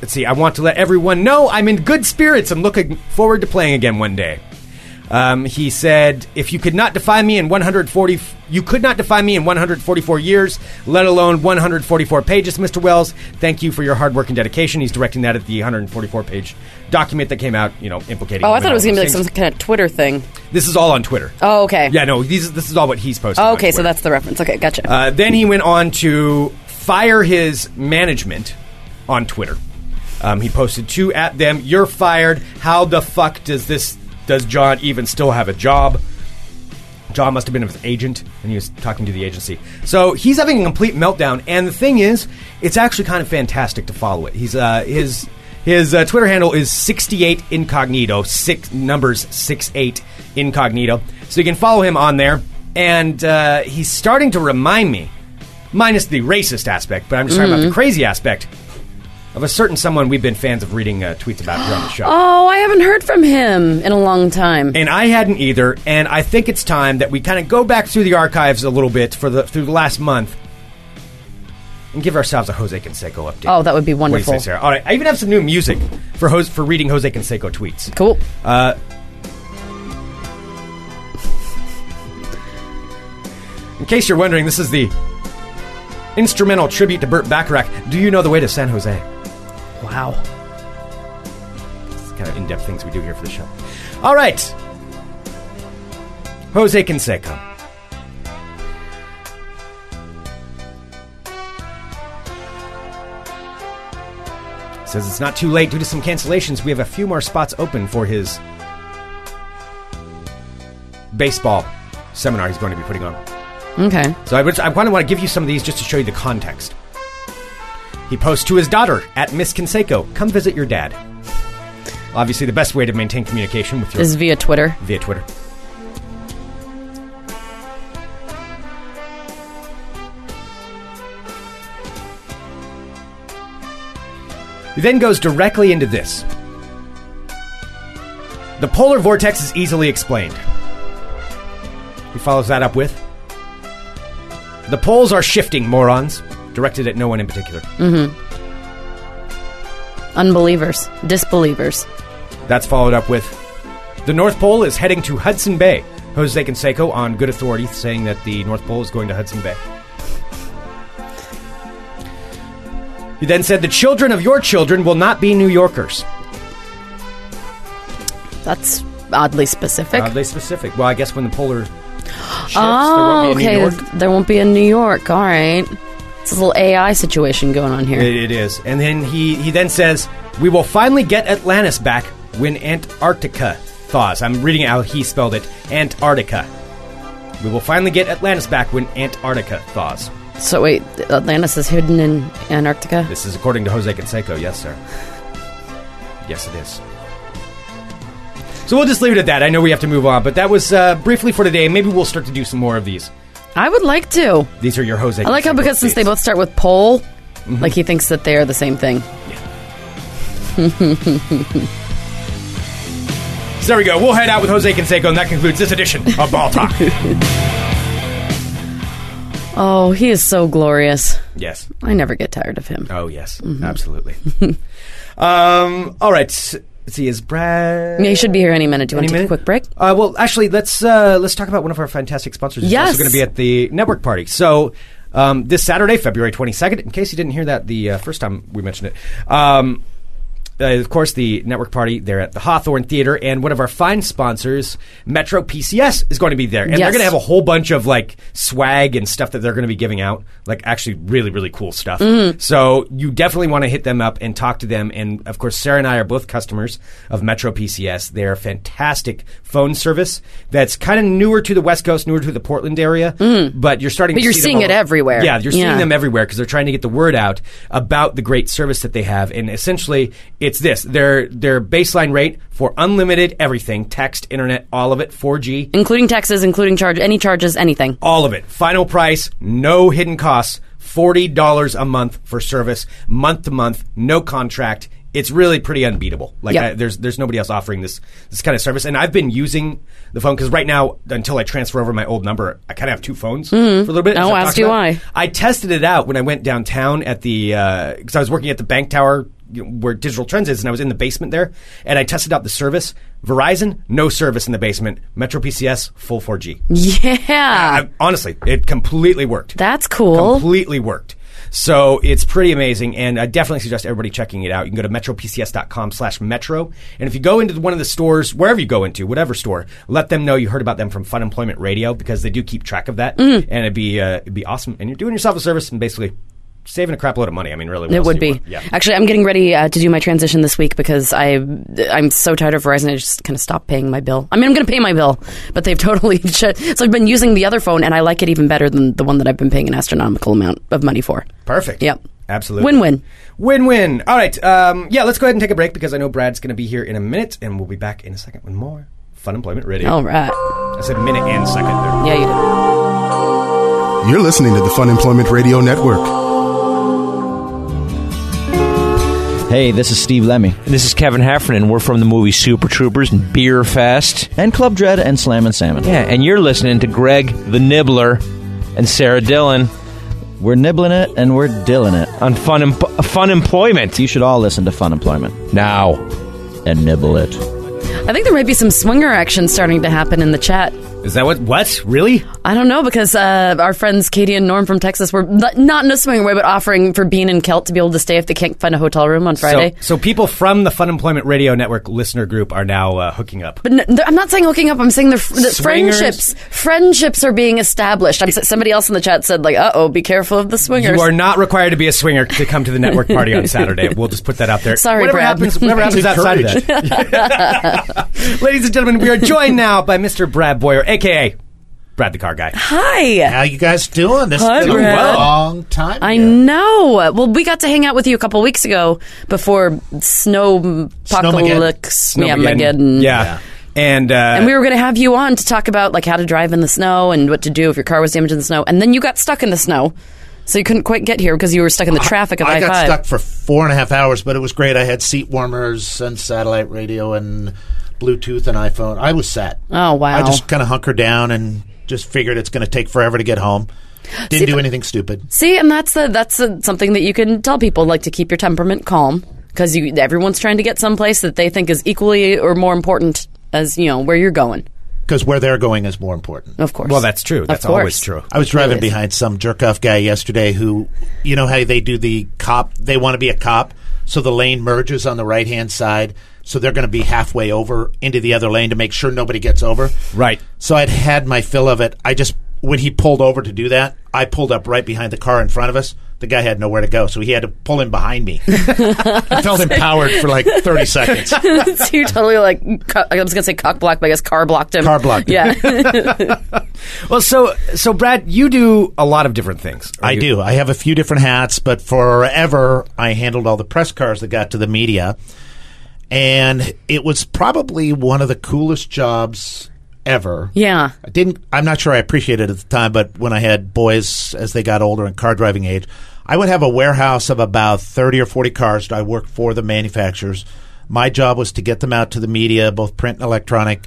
Let's see. I want to let everyone know I'm in good spirits and looking forward to playing again one day. Um, he said, "If you could not define me in 140, f- you could not define me in 144 years, let alone 144 pages, Mr. Wells. Thank you for your hard work and dedication." He's directing that at the 144-page document that came out, you know, implicating.
oh,
him
I
in
thought it
all
was going to be like some
those things.
kind of Twitter thing.
This is all on Twitter.
Oh, okay.
yeah, no, these, this is all what he's posting.
Oh,
on
okay, so
Twitter.
that's the reference. Okay, gotcha.
Uh, then he went on to fire his management on Twitter. Um, he posted two at them. You're fired. How the fuck does this? Does John even still have a job? John must have been his agent, and he was talking to the agency. So he's having a complete meltdown. And the thing is, it's actually kind of fantastic to follow it. He's uh, his his uh, Twitter handle is sixty eight incognito six numbers six eight incognito. So you can follow him on there. And uh, he's starting to remind me, minus the racist aspect, but I'm just talking about the crazy aspect of a certain someone we've been fans of reading uh, tweets about here on the show.
oh, I haven't heard from him in a long time.
And I hadn't either. And I think it's time that we kind of go back through the archives a little bit for the through the last month and give ourselves a Jose Canseco update.
Oh, that would be
What do you say,
wonderful.
Sarah? All right, I even have some new music for Jose, for reading Jose Canseco tweets.
Cool.
Uh, In case you're wondering, this is the instrumental tribute to Burt Bacharach. Do you know the way to San Jose?
Wow.
It's kind of in-depth things we do here for the show. All right, Jose Canseco. Says it's not too late due to some cancellations. We have a few more spots open for his baseball seminar he's going to be putting on.
Okay.
So I, would- I kind of want to give you some of these just to show you the context. He posts to his daughter at Miss Canseco, "Come visit your dad." Obviously, the best way to maintain communication with your
This is via Twitter.
via Twitter. He then goes directly into this. The polar vortex is easily explained. He follows that up with The poles are shifting, morons. Directed at no one in particular.
Unbelievers. Disbelievers.
That's followed up with the North Pole is heading to Hudson Bay. Jose Canseco, on good authority, saying that the North Pole is going to Hudson Bay. He then said, The children of your children will not be New Yorkers.
That's oddly specific.
Oddly Uh, specific. Well, I guess when the polar shifts,
oh,
there won't be a New
okay.
York.
There won't be a New York. All right. It's a little AI situation going on here.
It, it is. And then he, he then says, We will finally get Atlantis back when Antarctica thaws. I'm reading how he spelled it Antarctica. We will finally get Atlantis back when Antarctica thaws.
So wait, Atlantis is hidden in Antarctica.
This is according to Jose Canseco, yes, sir. Yes, it is. So we'll just leave it at that. I know we have to move on, but that was uh, briefly for today. Maybe we'll start to do some more of these.
I would like to.
These are your Jose.
I like how
Canseco
because since they
updates.
both start with pole,
Mm-hmm.
like he thinks that they are the same thing.
So there we go. We'll head out with Jose Canseco, and that concludes this edition of Ball Talk.
Oh, he is so glorious.
yes.
I never get tired of him.
Oh yes, absolutely. um, all right. S- See, is Brad?
Yeah, he should be here any minute. Do you want to take
Any
a quick break?
Uh, well, actually, let's uh, let's talk about one of our fantastic sponsors. who's
Yes.
also going to be at the network party. So. Um, this Saturday, February 22nd, in case you didn't hear that the uh, first time we mentioned it, um, uh, of course, the network party there at the Hawthorne Theater, and one of our fine sponsors, Metro PCS, is going to be there. And they're
Yes.
going to have a whole bunch of like swag and stuff that they're going to be giving out, like actually really, really cool stuff. So you definitely want to hit them up and talk to them. And of course, Sarah and I are both customers of Metro PCS. They're a fantastic phone service that's kind of newer to the West Coast, newer to the Portland area, but you're starting
But
to
you're
see them
seeing
all-
it everywhere.
Yeah, you're
Yeah.
seeing them everywhere because they're trying to get the word out about the great service that they have. And essentially, it's this: their their baseline rate for unlimited everything, text, internet, all of it, 4G,
Including taxes, including charge, any charges, anything.
all of it. Final price, no hidden costs, forty dollars a month for service, month to month, no contract. It's really pretty unbeatable. Like
Yep.
I, there's there's nobody else offering this this kind of service, and I've been using the phone because right now, until I transfer over my old number, I kind of have two phones for a little bit. as
Oh,
I've
as
talked
do
about.
I.
I tested it out when I went downtown at the because I was working at the bank tower you know, where Digital Trends is, and I was in the basement there, and I tested out the service. Verizon, no service in the basement. Metro PCS, full 4G.
Yeah.
I, honestly, it completely worked.
That's cool.
completely worked. So it's pretty amazing, and I definitely suggest everybody checking it out. You can go to metropcs.com slash metro, and if you go into one of the stores, wherever you go into, whatever store, let them know you heard about them from Fun Employment Radio because they do keep track of that,
Mm.
and it'd be uh, it'd be awesome. And you're doing yourself a service and basically saving a crap load of money. I mean, really, what
It
else
would
do you
be.
want? yeah.
Actually, I'm getting ready uh, to do my transition this week because I I'm so tired of Verizon. I just kind of stopped paying my bill. I mean, I'm going to pay my bill, but they've totally shut. So I've been using the other phone, and I like it even better than the one that I've been paying an astronomical amount of money for.
Perfect.
Yep.
Absolutely.
Win-win.
Win-win. All right. Um, yeah, let's go ahead and take a break because I know Brad's going to be here in a minute, and we'll be back in a second with more Fun Employment Radio.
All right.
I said minute and second there.
Yeah, you did.
You're listening to the Fun Employment Radio Network.
Hey, this is Steve Lemmy.
This is Kevin Heffernan. We're from the movie Super Troopers and Beer Fest.
And Club Dread and Slam and Salmon.
Yeah, and you're listening to Greg the Nibbler and Sarah Dillon
We're nibbling it and we're dilling it.
on Fun em- Fun Employment.
You should all listen to Fun Employment
Now,
and nibble it.
I think there might be some swinger action starting to happen in the chat.
Is that what? What? Really?
I don't know because uh, our friends Katie and Norm from Texas were not, not in a swinger way, but offering for Bean and Kelt to be able to stay if they can't find a hotel room on Friday.
So, so people from the Fun Employment Radio Network listener group are now uh, hooking up.
but no, th- I'm not saying hooking up. I'm saying the, the
Swingers?
friendships friendships are being established. I'm, s- somebody else in the chat said like, "Uh oh, be careful of the swingers."
You are not required to be a swinger to come to the network party on Saturday. We'll just put that out there.
Sorry,
whatever
Brad.
happens, whatever happens outside of that. Ladies and gentlemen, we are joined now by Mr. Brad Boyer, aka Brad the Car Guy.
Ah, Hi.
How you guys doing? This
Hi,
has been
Brad.
a long time.
I
here.
know. Well, we got to hang out with you a couple weeks ago before snow apocalypse, yeah, Mageddon.
yeah. And, uh,
And we were going to have you on to talk about like how to drive in the snow and what to do if your car was damaged in the snow. And then you got stuck in the snow, so you couldn't quite get here because you were stuck in the traffic of
I
I
got
five.
stuck for four and a half hours, but it was great. I had seat warmers and satellite radio and Bluetooth and iPhone. I was set.
Oh, wow.
I just kind of hunkered down and just figured it's going to take forever to get home. Didn't do anything stupid.
See, and that's the that's the something that you can tell people like to keep your temperament calm because you everyone's trying to get someplace that they think is equally or more important as you know where you're going.
because where they're going is more important.
Of course.
well, that's true. That's
course.
always true.
I was driving
is.
behind some jerk off guy yesterday who, you know, how they do the cop, they want to be a cop, so the lane merges on the right hand side, so they're going to be halfway over into the other lane to make sure nobody gets over.
Right.
So I'd had my fill of it. I just when he pulled over to do that, I pulled up right behind the car in front of us. The guy had nowhere to go, so he had to pull in behind me. I felt empowered for like 30 seconds.
so you're totally like, cu- I was going to say cock blocked, but I guess car blocked him.
Car blocked him.
Yeah.
Well, so so Brad, you do a lot of different things. Or
I
you-
do. I have a few different hats, but forever I handled all the press cars that got to the media. And it was probably one of the coolest jobs ever.
yeah.
I didn't I'm not sure I appreciated it at the time, but when I had boys as they got older and car driving age, I would have a warehouse of about 30 or 40 cars that I worked for the manufacturers. My job was to get them out to the media, both print and electronic,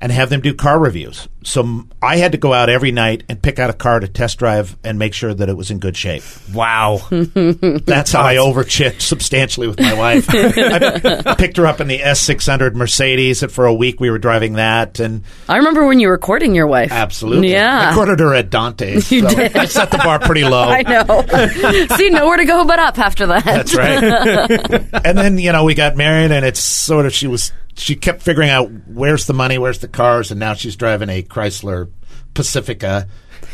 and have them do car reviews. So m- I had to go out every night and pick out a car to test drive and make sure that it was in good shape.
Wow.
That's how I overchipped substantially with my wife. I picked her up in the S600 Mercedes, and for a week we were driving that, and
I remember when you were courting your wife.
Absolutely.
Yeah.
I quartered her at Dante's. You
did.
I set the bar pretty low.
I know. See, nowhere to go but up after that.
oh. That's right. and then, you know, we got married and it's sort of she was she kept figuring out where's the money, where's the cars, and now she's driving a Chrysler Pacifica.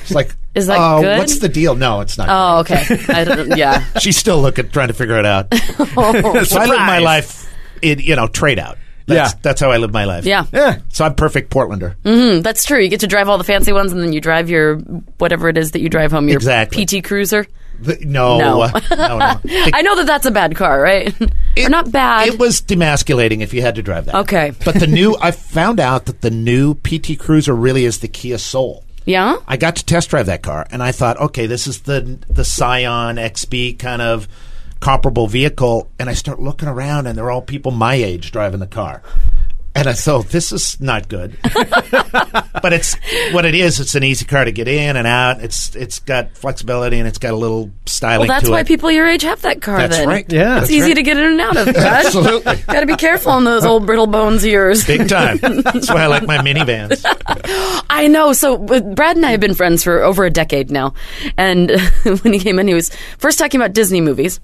It's like
Is that
oh,
good?
what's the deal? No, it's not.
Oh, okay. I don't, yeah.
good. She's still looking trying to figure it out.
Oh,
so I live my life in you know, trade out. That's
Yeah.
that's how I live my life.
Yeah. Mm.
Yeah.
So I'm perfect Portlander.
That's true. You get to drive all the fancy ones, and then you drive your whatever it is that you drive home. Your
Exactly.
PT Cruiser.
The- No,
No.
no, no.
I know that that's a bad car, right? or not bad.
It was demasculating if you had to drive that.
Okay.
But the new, I found out that the new PT Cruiser really is the Kia Soul.
yeah.
I got to test drive that car, and I thought, okay, this is the the Scion XB kind of comparable vehicle. And I start looking around, and they're all people my age driving the car. And I thought, this is not good. but it's what it is. It's an easy car to get in and out. It's it's got flexibility and it's got a little styling
Well, that's
to
why
it.
people your age have that car.
That's
then.
right.
Yeah.
It's easy to get in and out of. Brad.
Absolutely.
Got to be careful on those old brittle bones of yours.
Big time. That's why I like my minivans.
I know. So uh, Brad and I have been friends for over a decade now, and when he came in, he was first talking about Disney movies.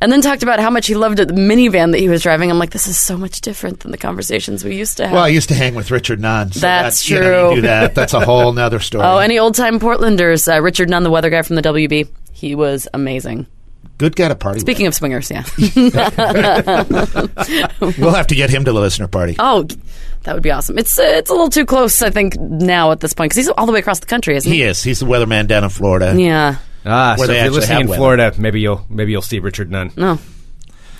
And then talked about how much he loved the minivan that he was driving. I'm like, this is so much different than the conversations we used to have.
Well, I used to hang with Richard Nunn. So
That's
that- You, know, you
true.
do that. That's a whole nother story.
Oh, any old time Portlanders, uh, Richard Nunn, the weather guy from the WB, he was amazing.
good guy to party.
Speaking of swingers, yeah.
with. we'll have to get him to the listener party.
oh, that would be awesome. It's uh, it's a little too close, I think, now at this point because he's all the way across the country, isn't he?
He is. He's the weatherman down in Florida.
Yeah.
Ah,
Where
so
they
if you're
actually
listening
have
in
weather.
Florida, maybe you'll maybe you'll see Richard Nunn.
No,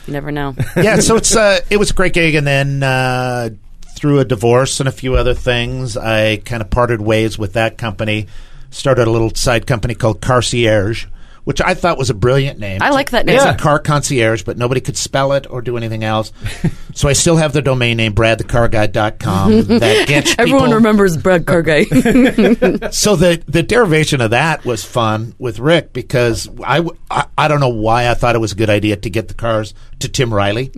you never know.
yeah. So it's uh, it was a great gig, and then uh, through a divorce and a few other things, I kind of parted ways with that company. Started a little side company called Carcierge, which I thought was a brilliant name.
I like that name.
It's a car concierge, but nobody could spell it or do anything else. so I still have the domain name bradthecarguy.com that gets
Everyone
people-
remembers Brad Cargay.
So the the derivation of that was fun with Rick because I, w- I- I don't know why I thought it was a good idea to get the cars to Tim Riley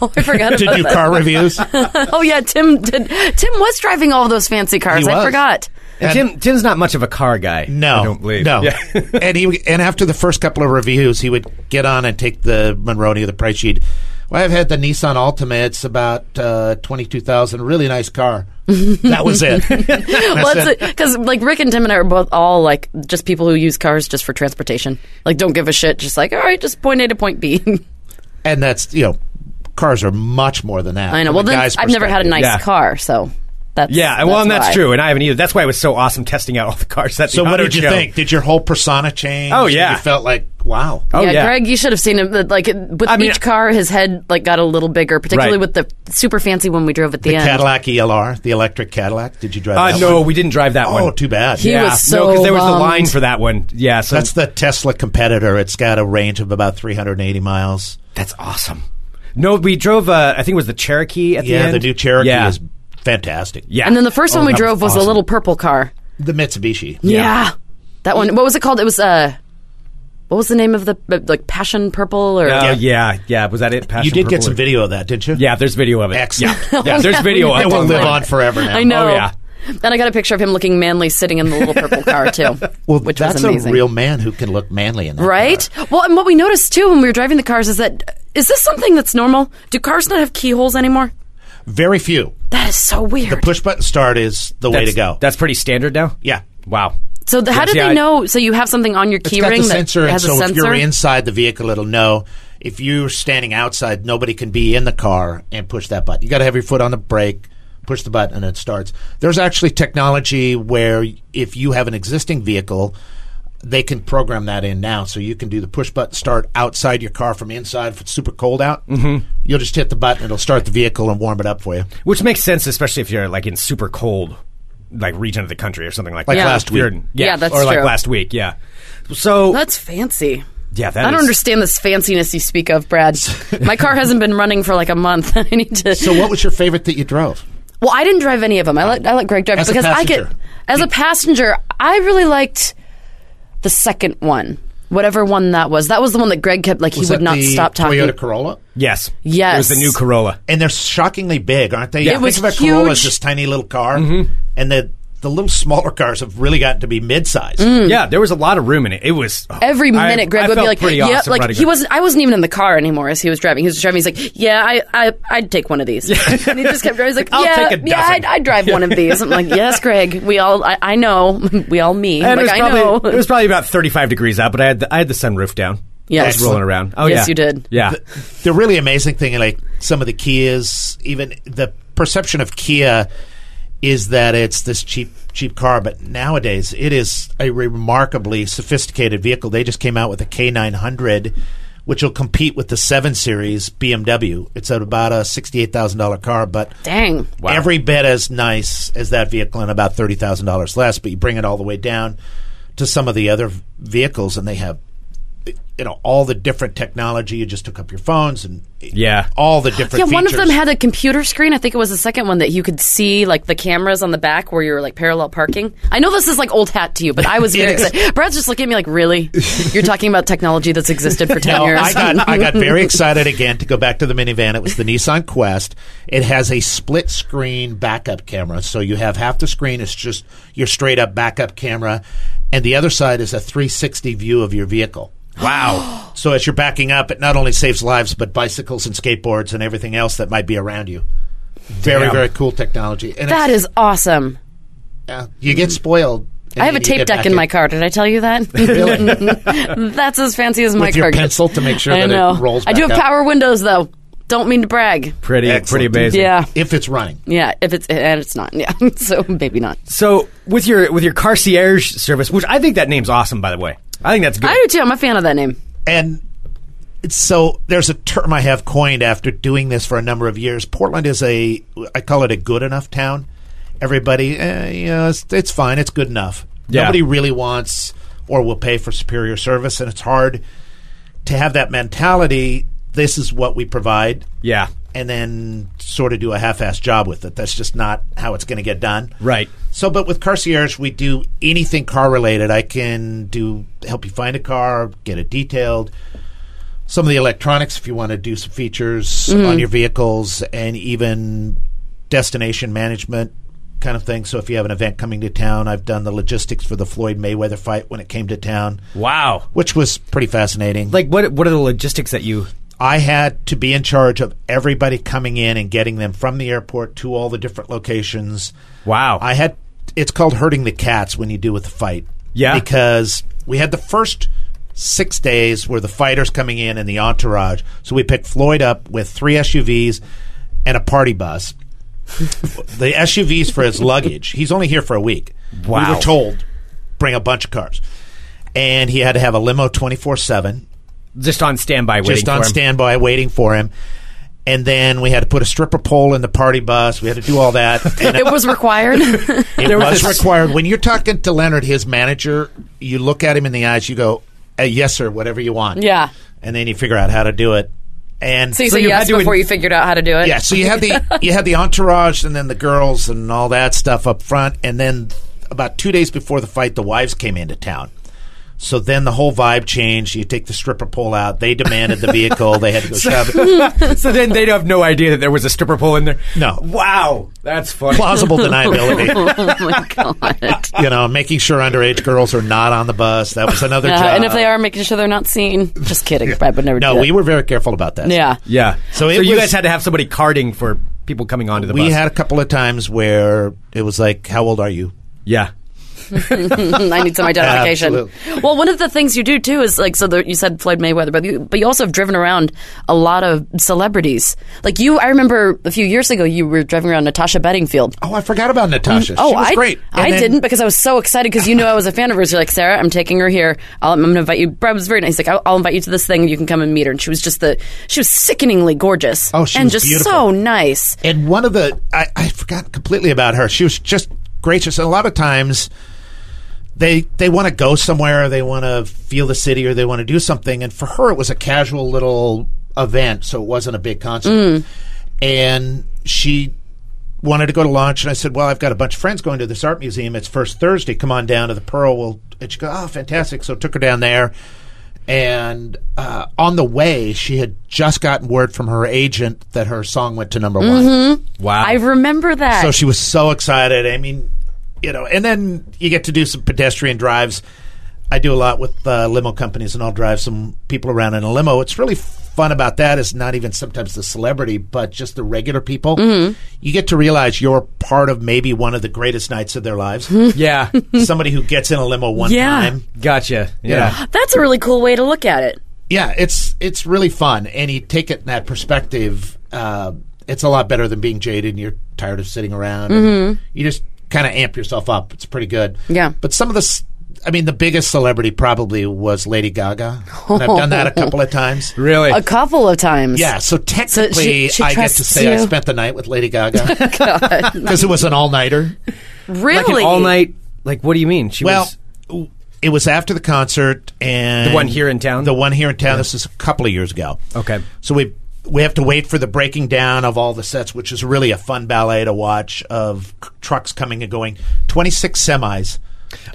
oh, I forgot
to
about
do
that.
car reviews.
oh yeah, Tim did, Tim was driving all of those fancy cars.
He
I
was.
forgot.
And Tim Tim's not much of a car guy.
No,
I don't believe.
No,
Yeah.
and he and after the first couple of reviews, he would get on and take the Monroney or the price sheet. Well, I've had the Nissan Altima. It's about uh, twenty two thousand. Really nice car. that was it. And I
Well,
said,
because uh, like Rick and Tim and I are both all like just people who use cars just for transportation. Like, don't give a shit. Just like, all right, just point A to point B.
and that's you know, cars are much more than that.
I know.
from
Well,
the
then
guy's
I've never had a
perspective.
nice
Yeah.
car, so that's
Yeah, well, and that's
why.
true, and I haven't either. That's why it was so awesome testing out all the cars. That's
So what did you think? Did your whole persona change?
Oh,
And
yeah.
you felt like wow.
Oh
yeah,
yeah,
Greg, you should have seen him. that, Like with
I mean-
each car, his head like got a little bigger, particularly with
Right.
the super fancy one we drove at the, end.
Cadillac ELR, the electric Cadillac. Did you drive?
Uh,
that
no,
one?
we didn't drive that one.
Oh, too bad.
He
yeah,
was
no,
so
there was the
bummed.
line for that one. Yeah, so
That's the Tesla competitor. It's got a range of about 380 miles.
that's awesome. No, we drove. Uh, I think it was the Cherokee at the
Yeah,
end.
the new Cherokee
yeah.
is fantastic.
Yeah,
And then the first
Oh,
one we
that
drove was
awesome.
a little purple car.
The Mitsubishi.
Yeah. that one. What was it called? It was uh, what was the name of the uh, like passion purple or?
Oh, yeah, yeah. Was that it? Passion
You did
Purple
get some
or-
video of that, didn't you?
Yeah, there's video of it.
Excellent.
Yeah, yeah there's video of
It
it.
will live
Oh,
on forever now.
I know.
Oh, yeah.
And I got a picture of him looking manly, sitting in the little purple car too.
Well,
which
that's
was amazing.
a real man who can look manly in that.
right? Well, and what we noticed too when we were driving the cars is that is this something that's normal? Do cars not have keyholes anymore?
car. Very few.
That is so weird.
Push button start is the way
That's-
to go.
That's pretty standard now.
yeah.
Wow.
So the,
Yeah,
how did
see,
they
I-
know? So you have something on your
It's
key
got
ring
the
that
sensor, and
has
so
a
if
sensor.
you're inside the vehicle, it'll know. If you're standing outside, nobody can be in the car and push that button. You got to have your foot on the brake, push the button, and it starts. There's actually technology where if you have an existing vehicle, they can program that in now, so you can do the push button start outside your car from inside. If it's super cold out, mm-hmm. you'll just hit the button; it'll start the vehicle and warm it up for you.
Which makes sense, especially if you're like in super cold, like region of the country or something like,
Like
that.
last
If you're
week.
in- Yeah,
Yeah, that's
or like
true.
last week. Yeah. So
That's fancy.
yeah, that
I don't
is-
understand this fanciness you speak of, Brad. My car hasn't been running for like a month. I need to.
So, what was your favorite that you drove?
Well, I didn't drive any of them. I let I let Greg drive
As a
because I could.
passenger.
As a passenger, I really liked the second one, whatever one that was. That was the one that Greg kept like he
Was
would
that
not
the
stop talking.
Toyota Corolla.
Yes.
Yes.
It was the new Corolla.
and they're shockingly big, aren't they?
Yeah. It
Think
was
of a Corolla as
huge. Mm-hmm.
this tiny little car, and the the little smaller cars have really gotten to be midsize.
Mm.
Yeah, there was a lot of room in it. It was
Hmm.
oh,
Every
I-
minute, Greg
I
would be
felt
like,
pretty
"Yeah,"
awesome
like
riding
he
around.
wasn't. I wasn't even in the car anymore as he was driving. He was just driving. He's like, "Yeah, I, I, I'd take one of these." and he just kept driving. He's like,
I'll
"Yeah,
take a
yeah,
dozen."
I'd, I'd drive one of these." I'm like, "Yes, Greg. We all, I, I know. We all me.
And
like,
it, was
I
probably,
know."
it was probably about 35 degrees out, but I had the, I had the sunroof down. I
Yes.
was rolling around. Oh
Yes,
yeah.
you did.
Yeah.
The really amazing thing, like some of the Kias, even the perception of Kia is that it's this cheap cheap car, but nowadays it is a remarkably sophisticated vehicle. They just came out with a K900, which will compete with the 7 Series BMW. It's at about a sixty-eight thousand dollar car, but
Dang.
every bit as nice as that vehicle and about thirty thousand dollars less. But you bring it all the way down to some of the other v- vehicles, and they have you know all the different technology. You just took up your phones and
Yeah.
all the different.
Yeah, one of
features.
them had a computer screen. I think it was the second one that you could see like the cameras on the back where you were like parallel parking. I know this is like old hat to you, but I was very excited. Brad's just looking at me like, "Really? You're talking about technology that's existed for ten
No,
years?"
I got I got very excited again to go back to the minivan. It was the Nissan Quest. It has a split screen backup camera, so you have half the screen is just your straight up backup camera, and the other side is a 360 view of your vehicle. Wow! so as you're backing up, it not only saves lives but bicycles and skateboards and everything else that might be around you. Very
Damn.
very cool technology, and
that
it's-
is awesome.
yeah, you get spoiled. and
I have a
then you
tape
get
deck
back
in my car. Did I tell you that?
Really?
That's as fancy as my
With your
car. gets.
pencil to make sure
I
that
know.
it rolls.
I do
back
have
up.
power windows though. Don't mean to brag.
Pretty pretty
Excellent.
amazing.
Yeah,
if it's running.
yeah. If it's and it's not. Yeah. so maybe not.
So with your with your concierge service, which I think that name's awesome by the way. I think that's good.
I do too. I'm a fan of that name.
and it's- so there's a term I have coined after doing this for a number of years. Portland is a I call it a good enough town. Everybody, eh, you know, it's, it's fine. It's good enough.
Yeah.
Nobody really wants or will pay for superior service, and it's hard to have that mentality. This is what we provide,
yeah.
and then sort of do a half-assed job with it. That's just not how it's going to get done.
Right.
So, but with concierge, we do anything car related. I can do help you find a car, get it detailed. Some of the electronics, if you want to do some features on your vehicles, and even destination management kind of thing. So, if you have an event coming to town, I've done the logistics for the Floyd Mayweather fight when it came to town,
Wow.
which was pretty fascinating.
Like what what are the logistics that you
I had to be in charge of everybody coming in and getting them from the airport to all the different locations.
Wow.
I had it's called herding the cats when you do with the fight.
Yeah.
Because we had the first six days where the fighters coming in and the entourage. So we picked Floyd up with three SUVs and a party bus. the SUVs for his luggage. He's only here for a week. We
Wow.
were told bring a bunch of cars. And he had to have a limo twenty four seven
just on standby waiting
just on
for him?
standby waiting for him. And then we had to put a stripper pole in the party bus. We had to do all that. And
It was required.
it
There was
was
this-
required. When you're talking to Leonard, his manager, you look at him in the eyes, you go, "Uh, yes, sir, whatever you want.
Yeah.
And then you figure out how to do it. And
So you
So
said
you had
yes
to
before
in-
you figured out how to do it.
yeah, so you had the you had the entourage and then the girls and all that stuff up front, and then about two days before the fight, the wives came into town. So then the whole vibe changed. You take the stripper pole out. They demanded the vehicle. they had to go shove it.
so then they'd have no idea that there was a stripper pole in there.
No.
Wow. That's funny.
plausible deniability.
oh my god.
you know, making sure underage girls are not on the bus. That was another
Yeah,
job.
and if they are, making sure they're not seen. Just kidding. Brad would never do
no,
that.
we were very careful about that.
Yeah.
yeah.
So it
you
was-
guys had to have somebody carding for people coming onto the
we
bus.
had a couple of times where it was like, "How old are you?"
yeah.
I need some identification.
Absolutely.
Well, one of the things you do too is like so. The, you said Floyd Mayweather, but you, but you also have driven around a lot of celebrities. Like you, I remember a few years ago you were driving around Natasha Bedingfield.
Oh, I forgot about Natasha.
Oh,
she was
I
great.
I
And then-
didn't because I was so excited because you knew I was a fan of hers. You're like Sarah, I'm taking her here. I'll, I'm going to invite you. Brad was very nice. Like I'll, I'll invite you to this thing. You can come and meet her. And she was just the she was sickeningly gorgeous.
Oh, she
and
was
just
beautiful.
so nice.
And one of the I, I forgot completely about her. She was just gracious. And a lot of times they they want to go somewhere, they want to feel the city or they want to do something. And for her it was a casual little event, so it wasn't a big concert.
Mm.
And she wanted to go to lunch and I said, Well, I've got a bunch of friends going to this art museum. It's first Thursday. Come on down to the Pearl. We'll and she goes, Oh, fantastic. So took her down there and uh, on the way, she had just gotten word from her agent that her song went to number one.
Wow.
I remember that.
Oh. So she was so excited. I mean, you know, and then you get to do some pedestrian drives. I do a lot with uh, limo companies, and I'll drive some people around in a limo. What's really fun about that is not even sometimes the celebrity, but just the regular people. You get to realize you're part of maybe one of the greatest nights of their lives.
yeah.
Somebody who gets in a limo one
Yeah.
time.
Gotcha. Yeah.
That's a really cool way to look at it.
yeah, it's it's really fun, and you take it in that perspective. Uh, it's a lot better than being jaded. and You're tired of sitting around. and You just kind of amp yourself up. It's pretty good.
Mm-hmm. Yeah.
But some of the, s- I mean, the biggest celebrity probably was Lady Gaga. And I've done that a couple of times.
Really?
A couple of times.
Yeah, so technically,
she
I get to
trusts
say I
you.
spent the night with Lady Gaga because it was an all nighter.
Really?
Like an all night. Like what do you mean? She
Well,
was.
w- it was after the concert and
The one here in town?
The one here in town. This is a couple of years ago.
Okay.
So we we have to wait for the breaking down of all the sets, which is really a fun ballet to watch of c- trucks coming and going. Twenty six semis.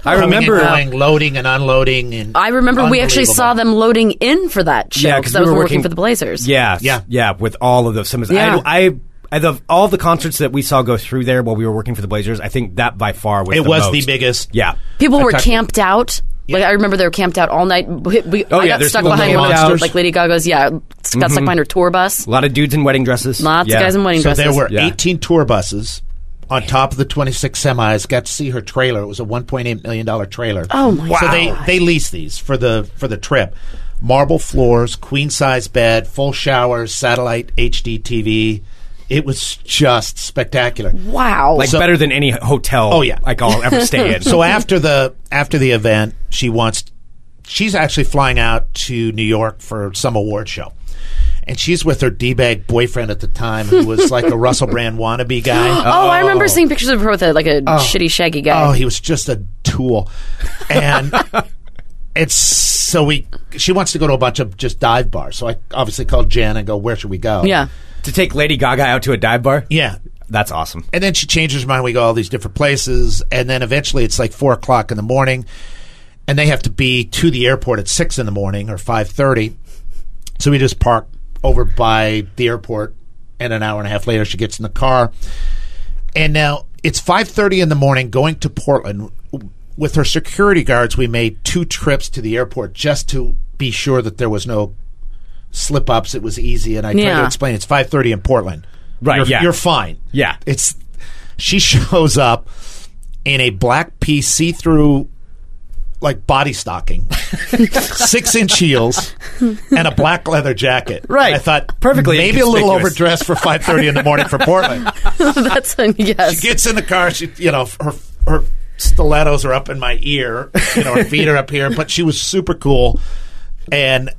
I
coming and
remember-
going, loading and unloading. And
I remember we actually
unbelievable.
saw them loading in for that show
Yeah,
because I was working, for the Blazers.
Yeah,
Yeah.
yeah. With all of those, some of
Yeah.
I, I, I of all the concerts that we saw go through there while we were working for the Blazers, I think that by far was
It
the
was
most.
the biggest.
Yeah,
People were
talked to-
camped out. Like I remember they were camped out all night. We, we-
Oh,
I
yeah,
got
there's
stuck
people
behind
camped
one
out.
of like Lady Gaga's. Yeah, got
Mm-hmm.
stuck behind her tour bus.
a lot of dudes in wedding dresses.
Lots
Yeah.
of guys in wedding
So
dresses.
there were
Yeah.
18 tour buses on top of the 26 semis. Got to see her trailer. It was a 1.8 million dollar trailer.
Oh, my
So they
God.
they lease these for the for the trip. Marble floors, queen size bed, full showers, satellite HD TV. It was just spectacular.
wow.
Like better than any hotel.
Oh, yeah.
like I'll ever stay in.
Mm-hmm.
So after the after the event, she wants she's actually flying out to New York for some award show. And she's with her D-bag boyfriend at the time who was like a Russell Brand wannabe guy.
oh, I remember seeing pictures of her with a, like a shitty shaggy guy.
Oh, he was just a tool. And it's so we she wants to go to a bunch of just dive bars. So I obviously called Jan and go, Where should we go?
yeah.
to take Lady Gaga out to a dive bar.
Yeah.
that's awesome.
And then she changes her mind, we go all these different places, and then eventually it's like four o'clock in the morning and they have to be to the airport at six in the morning or five thirty. So we just park over by the airport and an hour and a half later she gets in the car. And now it's 5:30 in the morning going to Portland with her security guards we made two trips to the airport just to be sure that there was no slip ups it was easy and I tried to
Yeah.
explain it's 5:30 in Portland
Right,
you're,
yeah.
you're fine
Yeah.
it's she shows up in a black piece see-through like body stocking six inch heels and a black leather jacket
Right.
And I thought
Perfectly
maybe a little
inconspicuous.
overdressed for 5:30 in the morning for Portland
That's a yes.
gets in the car. She, you know, her her stilettos are up in my ear. You know, her feet are up here. But she was super cool. And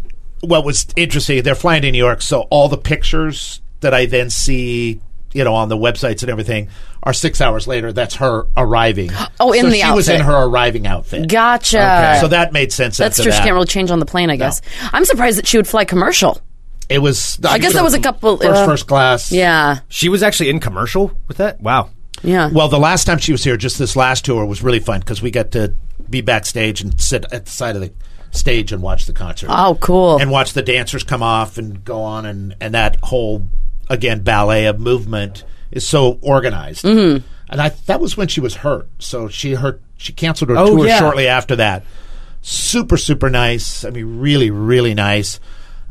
what was interesting, they're flying to New York, so all the pictures that I then see. You know, on the websites and everything, are six hours later. That's her arriving.
Oh, in
So
the
she was
outfit.
in her arriving outfit.
Gotcha.
So that made sense.
That's
after
true. She
that.
can't really change on the plane, I guess. I'm surprised that she would fly commercial.
It was. I
guess that was a couple-
First,
uh,
first class.
Yeah.
She was actually in commercial with that. Wow.
Yeah.
Well, the last time she was here, just this last tour, was really fun because we got to be backstage and sit at the side of the stage and watch the concert.
oh, cool.
And watch the dancers come off and go on, and, and that whole, again, ballet of movement is so organized. Mm-hmm. And I that was when she was hurt. So she hurt, she canceled her
Oh,
tour
yeah.
shortly after that. Super, super nice. I mean, really, really nice.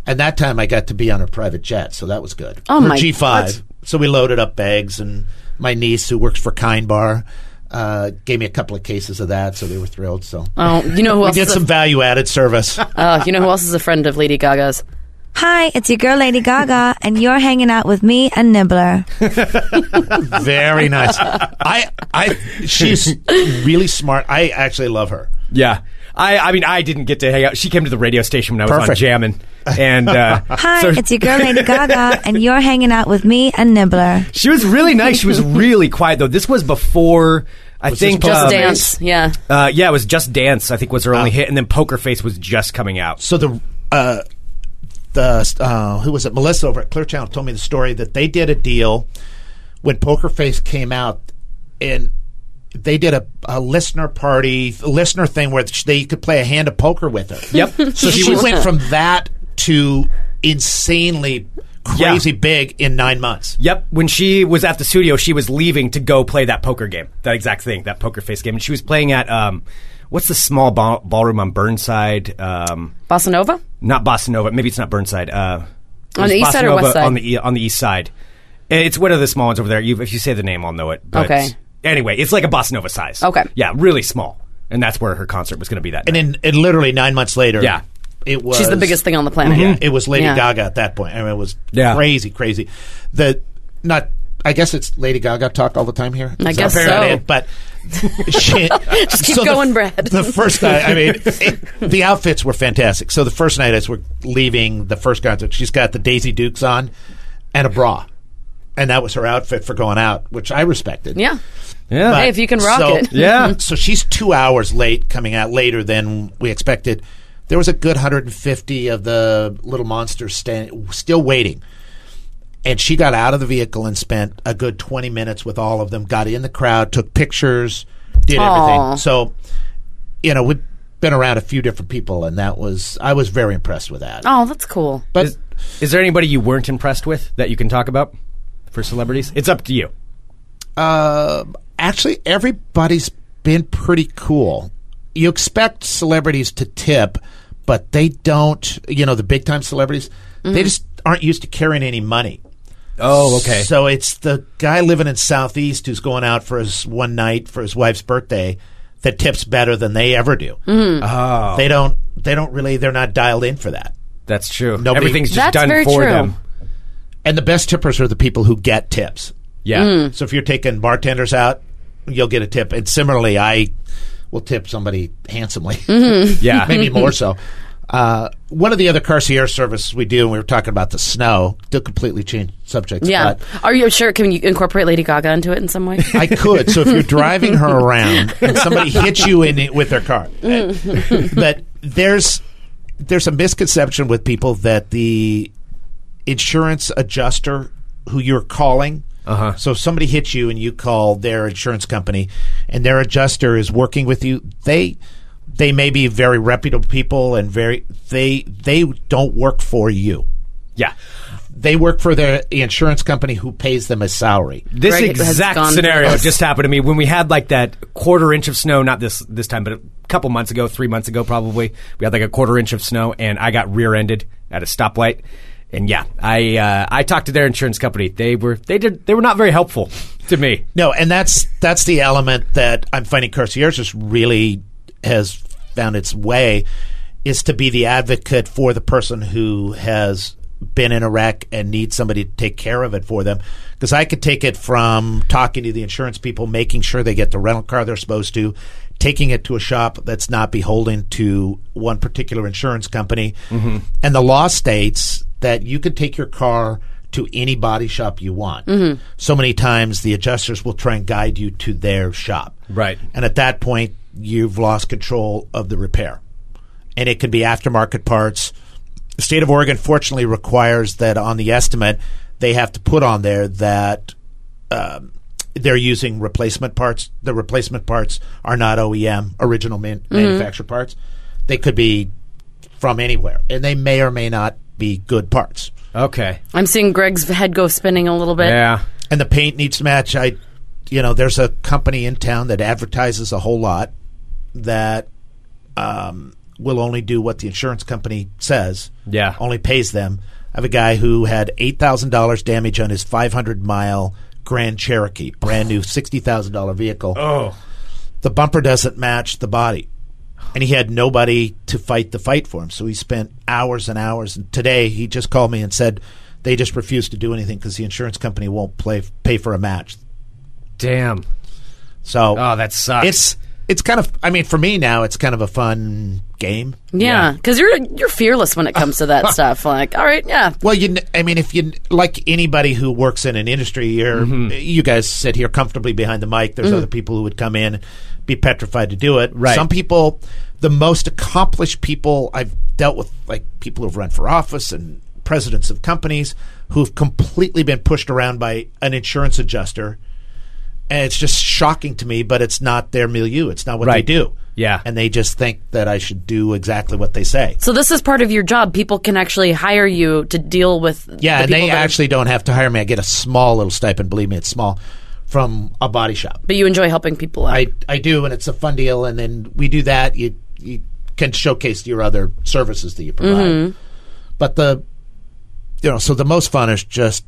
And that time I got to be on her private jet, so that was good.
Oh,
her
my-
G5. So we loaded up bags, and my niece, who works for Kind Bar, uh, gave me a couple of cases of that, so they were thrilled. So
Oh, you know who
we
else?
did
is
some value added service.
a, uh, you know who else is a friend of Lady Gaga's?
Uh,
Hi, it's your girl Lady Gaga, and you're hanging out with me and Nibbler.
Very nice. I, I, she's really smart. I actually love her.
Yeah. I, I mean, I didn't get to hang out. She came to the radio station when I was on
Perfect.
jamming. And uh,
Hi,
so
it's your girl Lady Gaga, and you're hanging out with me and Nibbler.
she was really nice. She was really quiet, though. This was before, I
this
think.
Poker
Just
um,
dance. Yeah.
Uh, yeah, it was Just Dance, I think was her only
Ah.
hit. And then Poker Face was just coming out.
So the, uh, the uh, who was it? Melissa over at Clear Channel told me the story that they did a deal when Poker Face came out, and they did a, a listener party, listener thing where sh- they could play a hand of poker with her.
Yep.
So she, went from that to insanely crazy
Yeah.
big in nine months.
Yep. When she was at the studio, she was leaving to go play that poker game, that exact thing, that poker face game. And she was playing at um, what's the small ball- ballroom on Burnside? Um,
Bossa Nova?
not Bossa Nova. Maybe it's not Burnside. Uh, it
On
was
the east
Bossa
side or
Nova
west side?
On the e- on the east side. And It's one of the small ones over there. You, if you say the name, I'll know it. But
Okay.
Anyway, it's like a Bossa Nova size.
Okay.
Yeah, really small. And that's where her concert was going to be that
And
night.
then and literally nine months later,
Yeah.
it was
She's the biggest thing on the planet.
Yeah, Mm-hmm. it was Lady
Yeah.
Gaga at that point. I mean, it was
Yeah.
crazy, crazy. The not, I guess it's Lady Gaga talk all the time here.
I
Is
guess
that
so.
it? but she, just
keep going, Brad.
The first night, I mean, it, the outfits were fantastic. So the first night, as we're leaving the first concert, she's got the Daisy Dukes on and a bra, and that was her outfit for going out, which I respected.
Yeah.
yeah.
Hey, if you can rock
So-
it.
yeah.
So she's two hours late coming out later than we expected. There was a good 150 of the little monsters stand, still waiting. And she got out of the vehicle and spent a good 20 minutes with all of them, got in the crowd, took pictures, did
Aw.
everything. So, you know, we've been around a few different people, and that was, I was very impressed with that.
Oh, that's cool.
But
Is, is there anybody you weren't impressed with that you can talk about for celebrities? It's up to you.
Uh, actually, everybody's been pretty cool. You expect celebrities to tip, but they don't. You know, the big time celebrities, they just aren't used to carrying any money.
Mm-hmm. Oh, okay.
So it's the guy living in Southeast who's going out for his one night for his wife's birthday that tips better than they ever do.
oh,
They don't. They don't really. They're not dialed in for that.
that's true.
Nobody-
Everything's just
That's
done
very
for
true.
them.
And the best tippers are the people who get tips.
Yeah.
Mm.
So if you're taking bartenders out, you'll get a tip. And similarly, I will tip somebody handsomely,
Yeah.
maybe more so. Uh, one of the other concierge services we do, and we were talking about the snow, to completely change subjects.
Yeah.
but
Are you sure? Can you incorporate Lady Gaga into it in some way?
I could. So if you're driving her around and somebody hits you in it with their car, but there's there's a misconception with people that the insurance adjuster who you're calling. Uh-huh. So if somebody hits you and you call their insurance company, and their adjuster is working with you. They they may be very reputable people and very they they don't work for you.
yeah.
They work for their insurance company who pays them a salary.
This
Greg has
exact
gone
scenario
nuts.
just happened to me when we had like that quarter inch of snow, not this this time, but a couple months ago, three months ago probably. We had like a quarter inch of snow, and I got rear ended at a stoplight. And yeah, I uh, I talked to their insurance company. They were they did they were not very helpful to me.
No, and that's that's the element that I'm finding concierge just really has found its way is to be the advocate for the person who has been in a wreck and needs somebody to take care of it for them. Because I could take it from talking to the insurance people, making sure they get the rental car they're supposed to, taking it to a shop that's not beholden to one particular insurance company. And the law states that you could take your car to any body shop you want. So many times the adjusters will try and guide you to their shop.
Right.
And at that point, you've lost control of the repair. And it can be aftermarket parts. The state of Oregon fortunately requires that on the estimate, they have to put on there that um, they're using replacement parts. The replacement parts are not OEM, original man- manufacturer parts. They could be from anywhere, and they may or may not be good parts.
Okay.
I'm seeing Greg's head go spinning a little bit.
Yeah.
And the paint needs to match. I, you know, there's a company in town that advertises a whole lot that um, will only do what the insurance company says.
Yeah.
only pays them. I have a guy who had eight thousand dollars damage on his five hundred mile Grand Cherokee, brand new, sixty thousand dollar vehicle.
Oh,
the bumper doesn't match the body. And he had nobody to fight the fight for him. So he spent hours and hours. And today he just called me and said they just refused to do anything because the insurance company won't play, pay for a match.
damn.
So
Oh, that sucks.
it's it's kind of I mean for me now it's kind of a fun game.
Yeah, because you're you're fearless when it comes to that stuff. Like, all right, yeah,
Well, you kn- I mean if you kn- like anybody who works in an industry, you're
Mm-hmm.
you guys sit here comfortably behind the mic. There's other people who would come in and be petrified to do it.
Mm. Right.
Some people the most accomplished people I've dealt with like people who've run for office and presidents of companies who've completely been pushed around by an insurance adjuster. And it's just shocking to me, but it's not their milieu. It's not what
Right.
they do.
Yeah.
And they just think that I should do exactly what they say.
So this is part of your job. People can actually hire you to deal with.
Yeah,
the
and they
people that are-
actually don't have to hire me. I get a small little stipend, believe me, it's small, from a body shop.
but you enjoy helping people out.
I, I do, and it's a fun deal. And then we do that. You, you can showcase your other services that you provide.
Mm-hmm.
But the, you know, so the most fun is just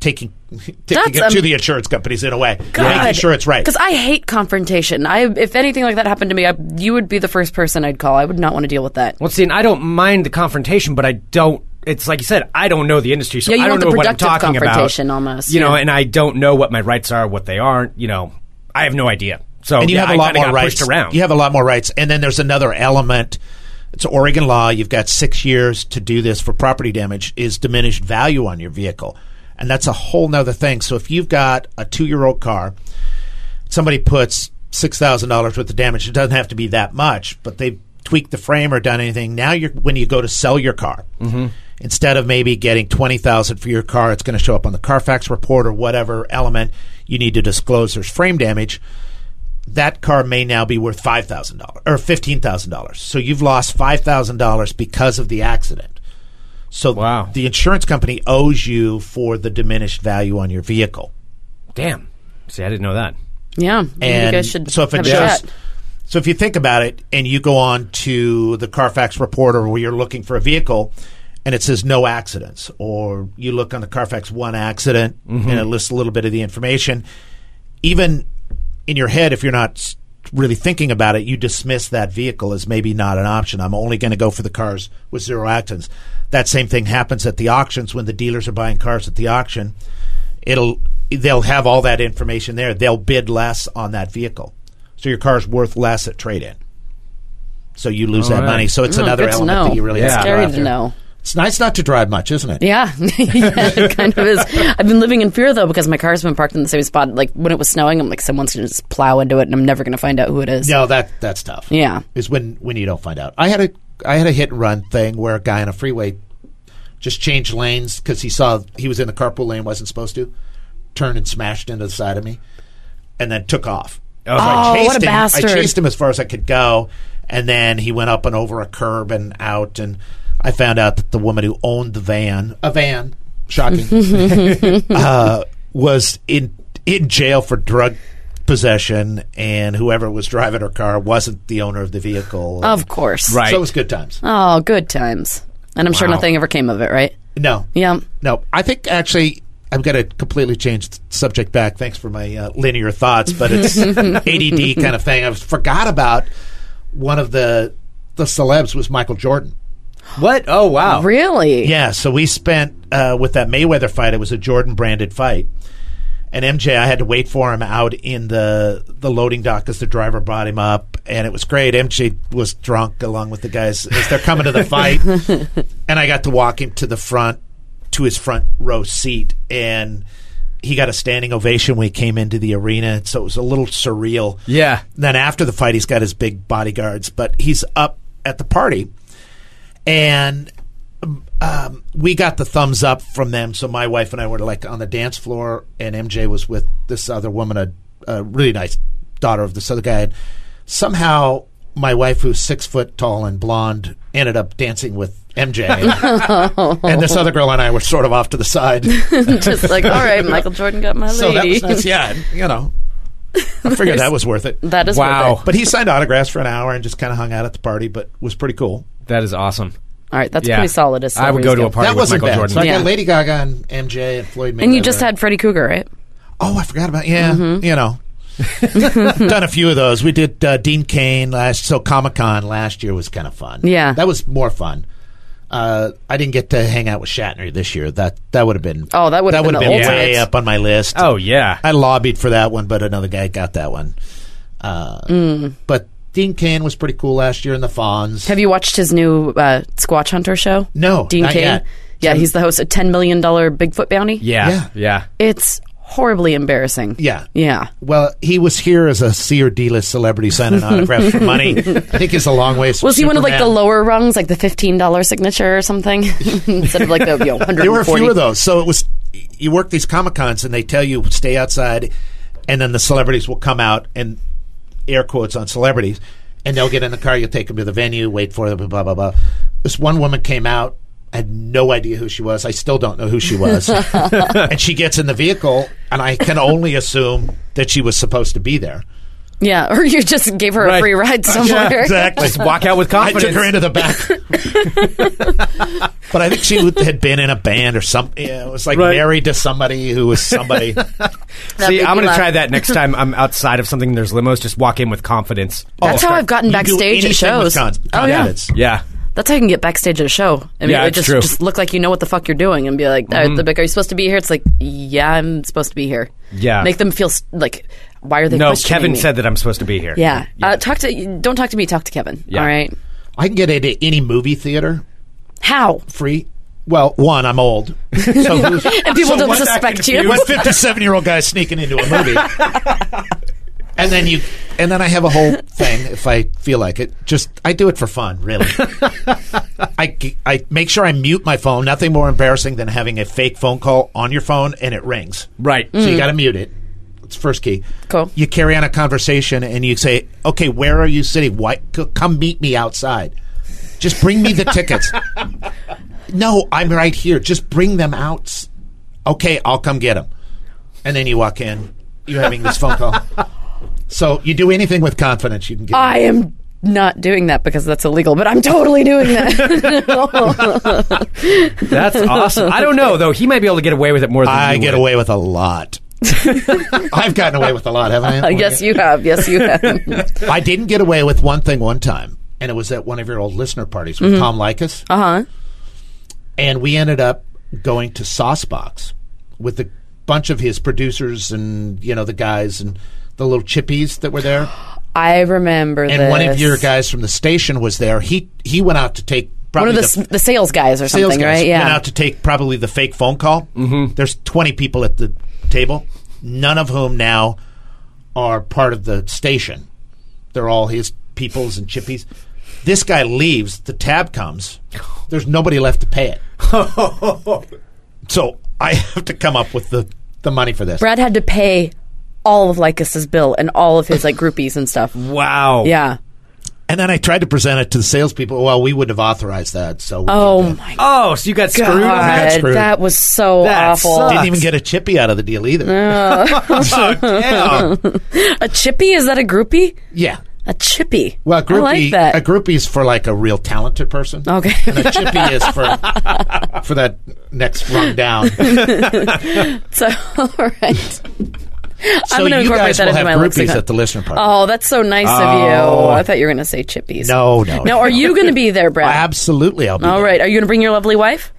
taking, taking
That's
it to
am-
the insurance companies in a way, making
God.
sure it's right.
Because I hate confrontation. I, if anything like that happened to me, I, you would be the first person I'd call. I would not want to deal with that.
Well, see, and I don't mind the confrontation, but I don't. It's like you said, I don't know the industry, so
Yeah, you
I don't
want the
know what I'm
productive
talking
confrontation
about.
almost,
you know,
yeah.
and I don't know what my rights are, what they aren't. You know, I have no idea. So
and you
yeah,
have a
I
lot
kinda
more
got
rights.
pushed around.
You have a lot more rights, and then there's another element. It's Oregon law. You've got six years to do this for property damage. Is diminished value on your vehicle, and that's a whole nother thing. So if you've got a two year old car, somebody puts six thousand dollars worth of damage. It doesn't have to be that much, but they've tweaked the frame or done anything. Now you're when you go to sell your car.
Mm-hmm.
Instead of maybe getting twenty thousand for your car, it's going to show up on the Carfax report or whatever element you need to disclose. There's frame damage that car may now be worth five thousand dollars or fifteen thousand dollars. So you've lost five thousand dollars because of the accident. So
Wow.
the insurance company owes you for the diminished value on your vehicle.
Damn. See, I didn't know that.
Yeah, you
And
guys should.
so if it
have a
shows,
chat.
so if you think about it, and you go on to the Carfax report or where you're looking for a vehicle, and it says no accidents, or you look on the Carfax one accident and it lists a little bit of the information, even in your head, if you're not s- really thinking about it, you dismiss that vehicle as maybe not an option. I'm only going to go for the cars with zero accidents. That same thing happens at the auctions when the dealers are buying cars at the auction. It'll they'll have all that information there. They'll bid less on that vehicle, so your car's worth less at trade in. So you lose that
right.
money. So it's
Oh,
another
good to
element
know.
that you really
Yeah.
have to go
Scary
after.
to know.
It's nice not to drive much, isn't it?
Yeah. yeah, it kind of is. I've been living in fear though because my car's been parked in the same spot. Like when it was snowing, I'm like, someone's gonna just plow into it, and I'm never gonna find out who it is.
No, that that's tough.
Yeah.
is when when you don't find out. I had a I had a hit and run thing where a guy on a freeway just changed lanes because he saw he was in the carpool lane wasn't supposed to, turned and smashed into the side of me, and then took off. So
Oh,
I
what
chased
a
him,
bastard.
I chased him as far as I could go, and then he went up and over a curb and out, and I found out that the woman who owned the van, a van, shocking, uh, was in in jail for drug possession, and whoever was driving her car wasn't the owner of the vehicle.
Oh.
Of course.
Right.
So it was good times.
Uh,
Oh, good times. And I'm sure
Wow.
nothing ever came of it, right?
No,
Yeah.
no. I think actually. I'm going to completely change the subject back. Thanks for my uh, linear thoughts, but it's ADD kind of thing. I forgot about one of the the celebs was Michael Jordan.
What? Oh wow.
Really?
Yeah, so we spent uh, with that Mayweather fight. It was a Jordan branded fight, and MJ. I had to wait for him out in the the loading dock as the driver brought him up, and it was great. MJ was drunk along with the guys as they're coming to the fight, and I got to walk him to the front to his front row seat, and he got a standing ovation when he came into the arena. So it was a little surreal.
Yeah.
Then after the fight, he's got his big bodyguards, but he's up at the party, and um, we got the thumbs up from them. So my wife and I were like on the dance floor, and MJ was with this other woman, a, a really nice daughter of this other guy. And somehow, my wife, who's six foot tall and blonde, ended up dancing with MJ, and this other girl and I were sort of off to the side.
Just like, all right, Michael Jordan got my
so that
lady.
was nice. Yeah, and, you know, I figured that was worth it.
That is
Wow.
worth it.
But he signed autographs for an hour and just kind of hung out at the party, but was pretty cool.
That is awesome.
All right, that's
yeah.
pretty solid. As
I would go to a
celebrities
party
that
with
wasn't
Michael
bad.
Jordan.
So I
Yeah.
got Lady Gaga and MJ and Floyd.
go. And you just had Freddie Cougar, right?
oh, I forgot about yeah,
Mm-hmm.
you know. Done a few of those. We did uh, Dean Kane last. So Comic Con last year was kind of fun.
Yeah.
that was more fun. Uh, I didn't get to hang out with Shatner this year. That that would have been
Oh, that would've
that
been
would've
the
been
ultimate.
way up on my list.
Oh yeah.
I lobbied for that one, but another guy got that one. Uh, But Dean Kane was pretty cool last year in the Fonz.
Mm. Have you watched his new uh, Squatch Hunter show?
No,
Dean
not
Kane.
yet.
Yeah, he's the host of Ten Million Dollar Bigfoot Bounty.
Yeah.
yeah. Yeah.
it's horribly embarrassing.
yeah.
yeah.
Well, he was here as a C or D list celebrity signing autographs for money. I think it's a long ways.
Was he one of like the
Superman.
lower rungs, like the fifteen dollar signature or something, instead of like the you know, hundred?
There were a few of those. So it was you work these comic cons and they tell you stay outside, and then the celebrities will come out and air quotes on celebrities, and they'll get in the car. You'll take them to the venue, wait for them, blah blah blah. This one woman came out. I had no idea who she was. I still don't know who she was. and she gets in the vehicle, and I can only assume that she was supposed to be there.
Yeah, or you just gave her a
Right.
free ride somewhere.
exactly.
Just walk out with
I
confidence.
took her into the back. but I think she would- had been in a band or something. Yeah, it was like
Right.
married to somebody who was somebody.
See,
made
I'm
me
going to
laugh.
try that next time I'm outside of something. and There's limos. Just walk in with confidence.
That's how I've gotten
Oh, You do
backstage
anything
at
with
shows.
cons-
oh yeah,
confidence.
Yeah.
that's how you can get backstage at a show. I mean,
Yeah,
it
it's
just
true.
just look like you know what the fuck you're doing and be like, uh,
Mm.
they're like, "Are you supposed to be here?" It's like, "Yeah, I'm supposed to be here."
Yeah.
make them feel s- like, "Why are they?"
No,
questioning
Kevin
me?
said that I'm supposed to be here.
Yeah, Uh, talk to don't talk to me. Talk to Kevin.
Yeah.
All right.
I can get into any movie theater
How?
free. Well, one, I'm old. So who's,
And people don't
what-
suspect
I
you.
what 57 year old guy sneaking into a movie? And then you, and then I have a whole thing if I feel like it. Just I do it for fun, really. I, g- I make sure I mute my phone. Nothing more embarrassing than having a fake phone call on your phone and it rings.
Right.
Mm.
So you got to mute it. It's first key.
Cool.
You carry on a conversation and you say, "Okay, where are you sitting? Why c- come meet me outside? Just bring me the tickets." no, I'm right here. Just bring them out. Okay, I'll come get them. And then you walk in. You're having this phone call. So you do anything with confidence, you can get.
I am not doing that because that's illegal, but I'm totally doing that.
That's awesome. I don't know though. He might be able to get away with it more than
I
you
get
would.
away with a lot. I've gotten away with a lot, haven't I?
yes, you have. Yes, you have.
I didn't get away with one thing one time, and it was at one of your old listener parties with
Mm-hmm.
Tom Likas. Uh
Uh-huh.
huh. And we ended up going to Saucebox with a bunch of his producers and you know the guys and the little chippies that were there.
I remember
And
this.
one of your guys from the station was there. He he went out to take
One
probably
of the, s-
the,
the sales guys or
sales
something,
guys
right?
went
Yeah.
out to take probably the fake phone call. Mm-hmm. There's 20 people at the table, none of whom now are part of the station. They're all his peoples and chippies. This guy leaves, the tab comes. There's nobody left to pay it. so I have to come up with the, the money for this.
Brad had to pay all of Lycus's bill and all of his like groupies and stuff.
Wow.
Yeah.
And then I tried to present it to the salespeople. Well, we wouldn't have authorized that, so we
Oh
can't do it.
my
Oh, so you got screwed.
got
god,
screwed.
that was so
That
awful.
sucks.
didn't even get a chippy out of the deal either.
Oh, damn.
A chippy? Is that a groupie?
yeah.
A chippy.
Well, a groupie,
I like that.
a groupie is for like a real talented person.
Okay.
And a chippy is for for that next rung down. So
so, all right. I'm going to
you
incorporate
guys
that
will
into
have
my
groupies
lexicon.
at the listener party.
Oh, that's so nice of you. I thought you were going to say chippies.
Oh. no, no.
Now, are you going to be there, Brad?
Oh, Absolutely, I'll be.
All
there.
right. Are you going to bring your lovely wife?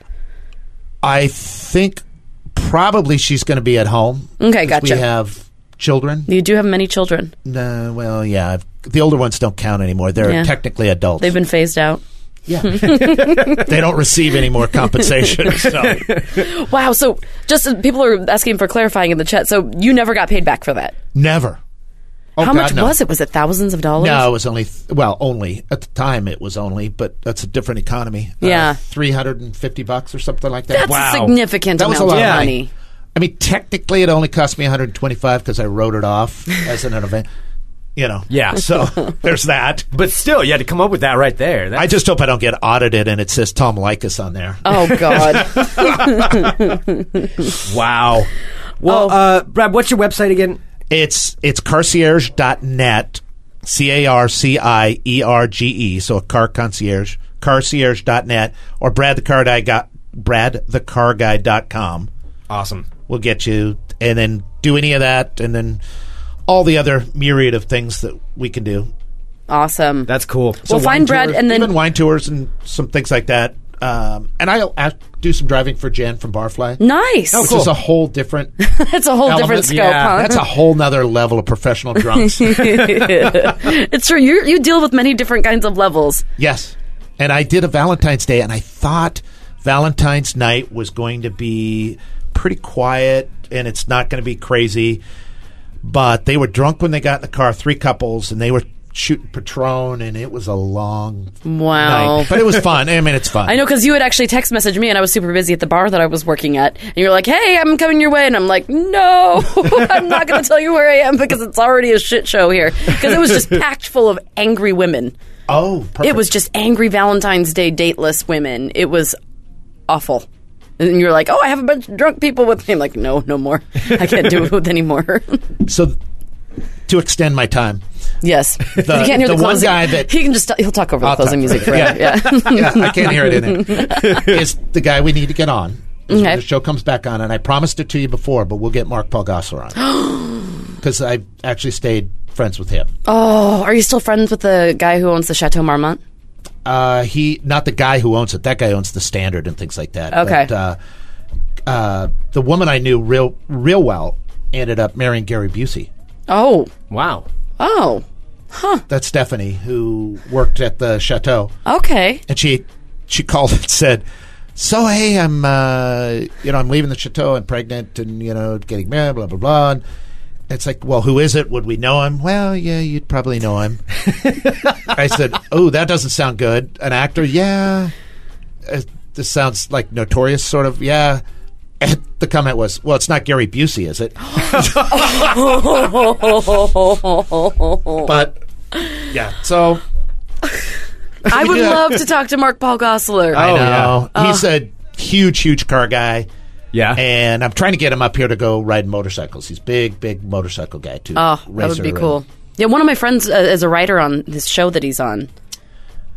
I think probably she's going to be at home.
Okay,
'cause
gotcha.
We have children.
You do have many children.
No, well, yeah. I've, the older ones don't count anymore. They're
Yeah.
technically adults.
They've been phased out.
yeah. they don't receive any more compensation. So.
Wow. So, just uh, people are asking for clarifying in the chat. So, you never got paid back for that.
Never. Oh,
How
God,
much
no.
was it? Was it thousands of dollars?
No, it was only th- well, only at the time it was only, but that's a different economy. Uh,
Yeah.
three hundred and fifty bucks or something like that.
That's a significant
That was
amount
a lot
of
of
money.
I mean, technically, it only cost me one hundred twenty-five because I wrote it off as an event. You know.
Yeah.
So there's that.
But still, you had to come up with that right there. That's-
I just hope I don't get audited and it says Tom Likas on there.
Oh, God.
wow. Well,
Oh.
uh, Brad, what's your website again?
It's it's carcierge.net, C A R C I E R G E, so a car concierge, carcierge.net, or Brad the Car Guy got Brad the Car Guy dot com.
Awesome.
will get you and then do any of that, and then all the other myriad of things that we can do.
Awesome.
That's cool.
Well,
So
find
wine
Brad
tours-
and then-
even wine tours and some things like that. Um, and I'll act- do some driving for Jan from Barfly.
nice.
Which is a whole different.
That's a Mm. whole different
Oh, element.
scope,
Yeah.
huh?
That's a whole nother level of professional drunks.
it's true. You you deal with many different kinds of levels.
yes, and I did a Valentine's Day, and I thought Valentine's night was going to be pretty quiet, and it's not going to be crazy. But they were drunk when they got in the car, three couples, and they were shooting Patron, and it was a long
Wow.
night. But it was fun. I mean, it's fun.
I know because you had actually text messaged me, and I was super busy at the bar that I was working at, and you were like, "Hey, I'm coming your way," and I'm like, "No, I'm not going to tell you where I am because it's already a shit show here." Because it was just packed full of angry women.
Oh, perfect.
It was just angry Valentine's Day dateless women. It was awful. And you're like, "Oh, I have a bunch of drunk people with me." I'm like, "No, no more. I can't do it with anymore."
so. th- To extend my time,
yes, you
The-
can't hear the,
the one
closing-
guy that-
he can just he'll talk over
I'll
the closing
talk.
music forever. Yeah.
yeah, I can't hear it in it. Is the guy we need to get on? is when
Okay.
The show comes back on, and I promised it to you before, but we'll get Mark Paul Gosselaar on because I actually stayed friends with him.
Oh, are you still friends with the guy who owns the Chateau Marmont?
Uh, he, not the guy who owns it. That guy owns the Standard and things like that.
Okay.
But, uh, uh, the woman I knew real, real well ended up marrying Gary Busey.
Oh,
Wow.
oh,
That's Stephanie, who worked at the chateau.
okay.
and she she called and said, "So hey, I'm uh, you know I'm leaving the chateau. I'm pregnant, and you know getting married. Blah blah blah." And it's like, well, who is it? Would we know him? Well, yeah, you'd probably know him. I said, "Oh, that doesn't sound good." An actor, yeah. Uh, this sounds like notorious, sort of, yeah. And the comment was, "Well, it's not Gary Busey, is it?" but yeah, so
I would love to talk to Mark Paul Gosselaar.
I
Oh,
know. He's a huge, huge car guy.
Yeah.
And I'm trying to get him up here to go ride motorcycles. He's big, big motorcycle guy too.
oh, that would
Racer
be
and-
cool. Yeah, one of my friends uh, is a writer on this show that he's on.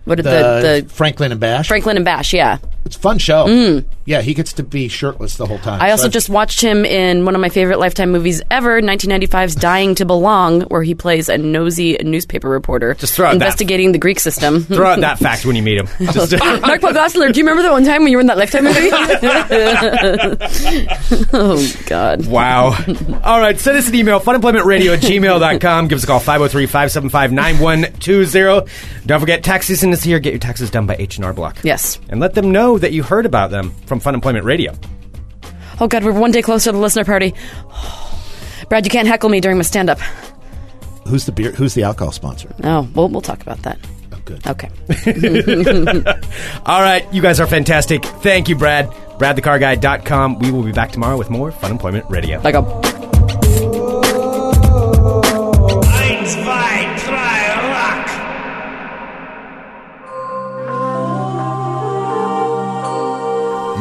What the,
The,
the, the
Franklin and Bash.
Franklin and Bash? Yeah,
it's a fun show. Yeah, he gets to be shirtless the whole time.
I
So
also
I've-
just watched him in one of my favorite Lifetime movies ever, 1995's "Dying to Belong," where he plays a nosy newspaper reporter
Just throw out that.
investigating the Greek system.
Throw out that fact when you meet him. Just-
Mark Paul Gosselaar, do you remember that one time when you were in that Lifetime movie? oh God.
Wow. All right, send us an email, funemploymentradio at gmail.com. Give us a call, 503-575-9120. Don't forget, tax season is here. Get your taxes done by H&R Block.
Yes.
And let them know that you heard about them from Fun Employment Radio.
Oh God, we're one day closer to the listener party. Brad, you can't heckle me during my stand-up.
who's the beer? Who's the alcohol sponsor?
Oh, well, we'll talk about that.
Oh, good.
Okay.
All right, you guys are fantastic. Thank you, Brad. BradTheCarGuy.com. We will be back tomorrow with more Fun Employment Radio.
Like a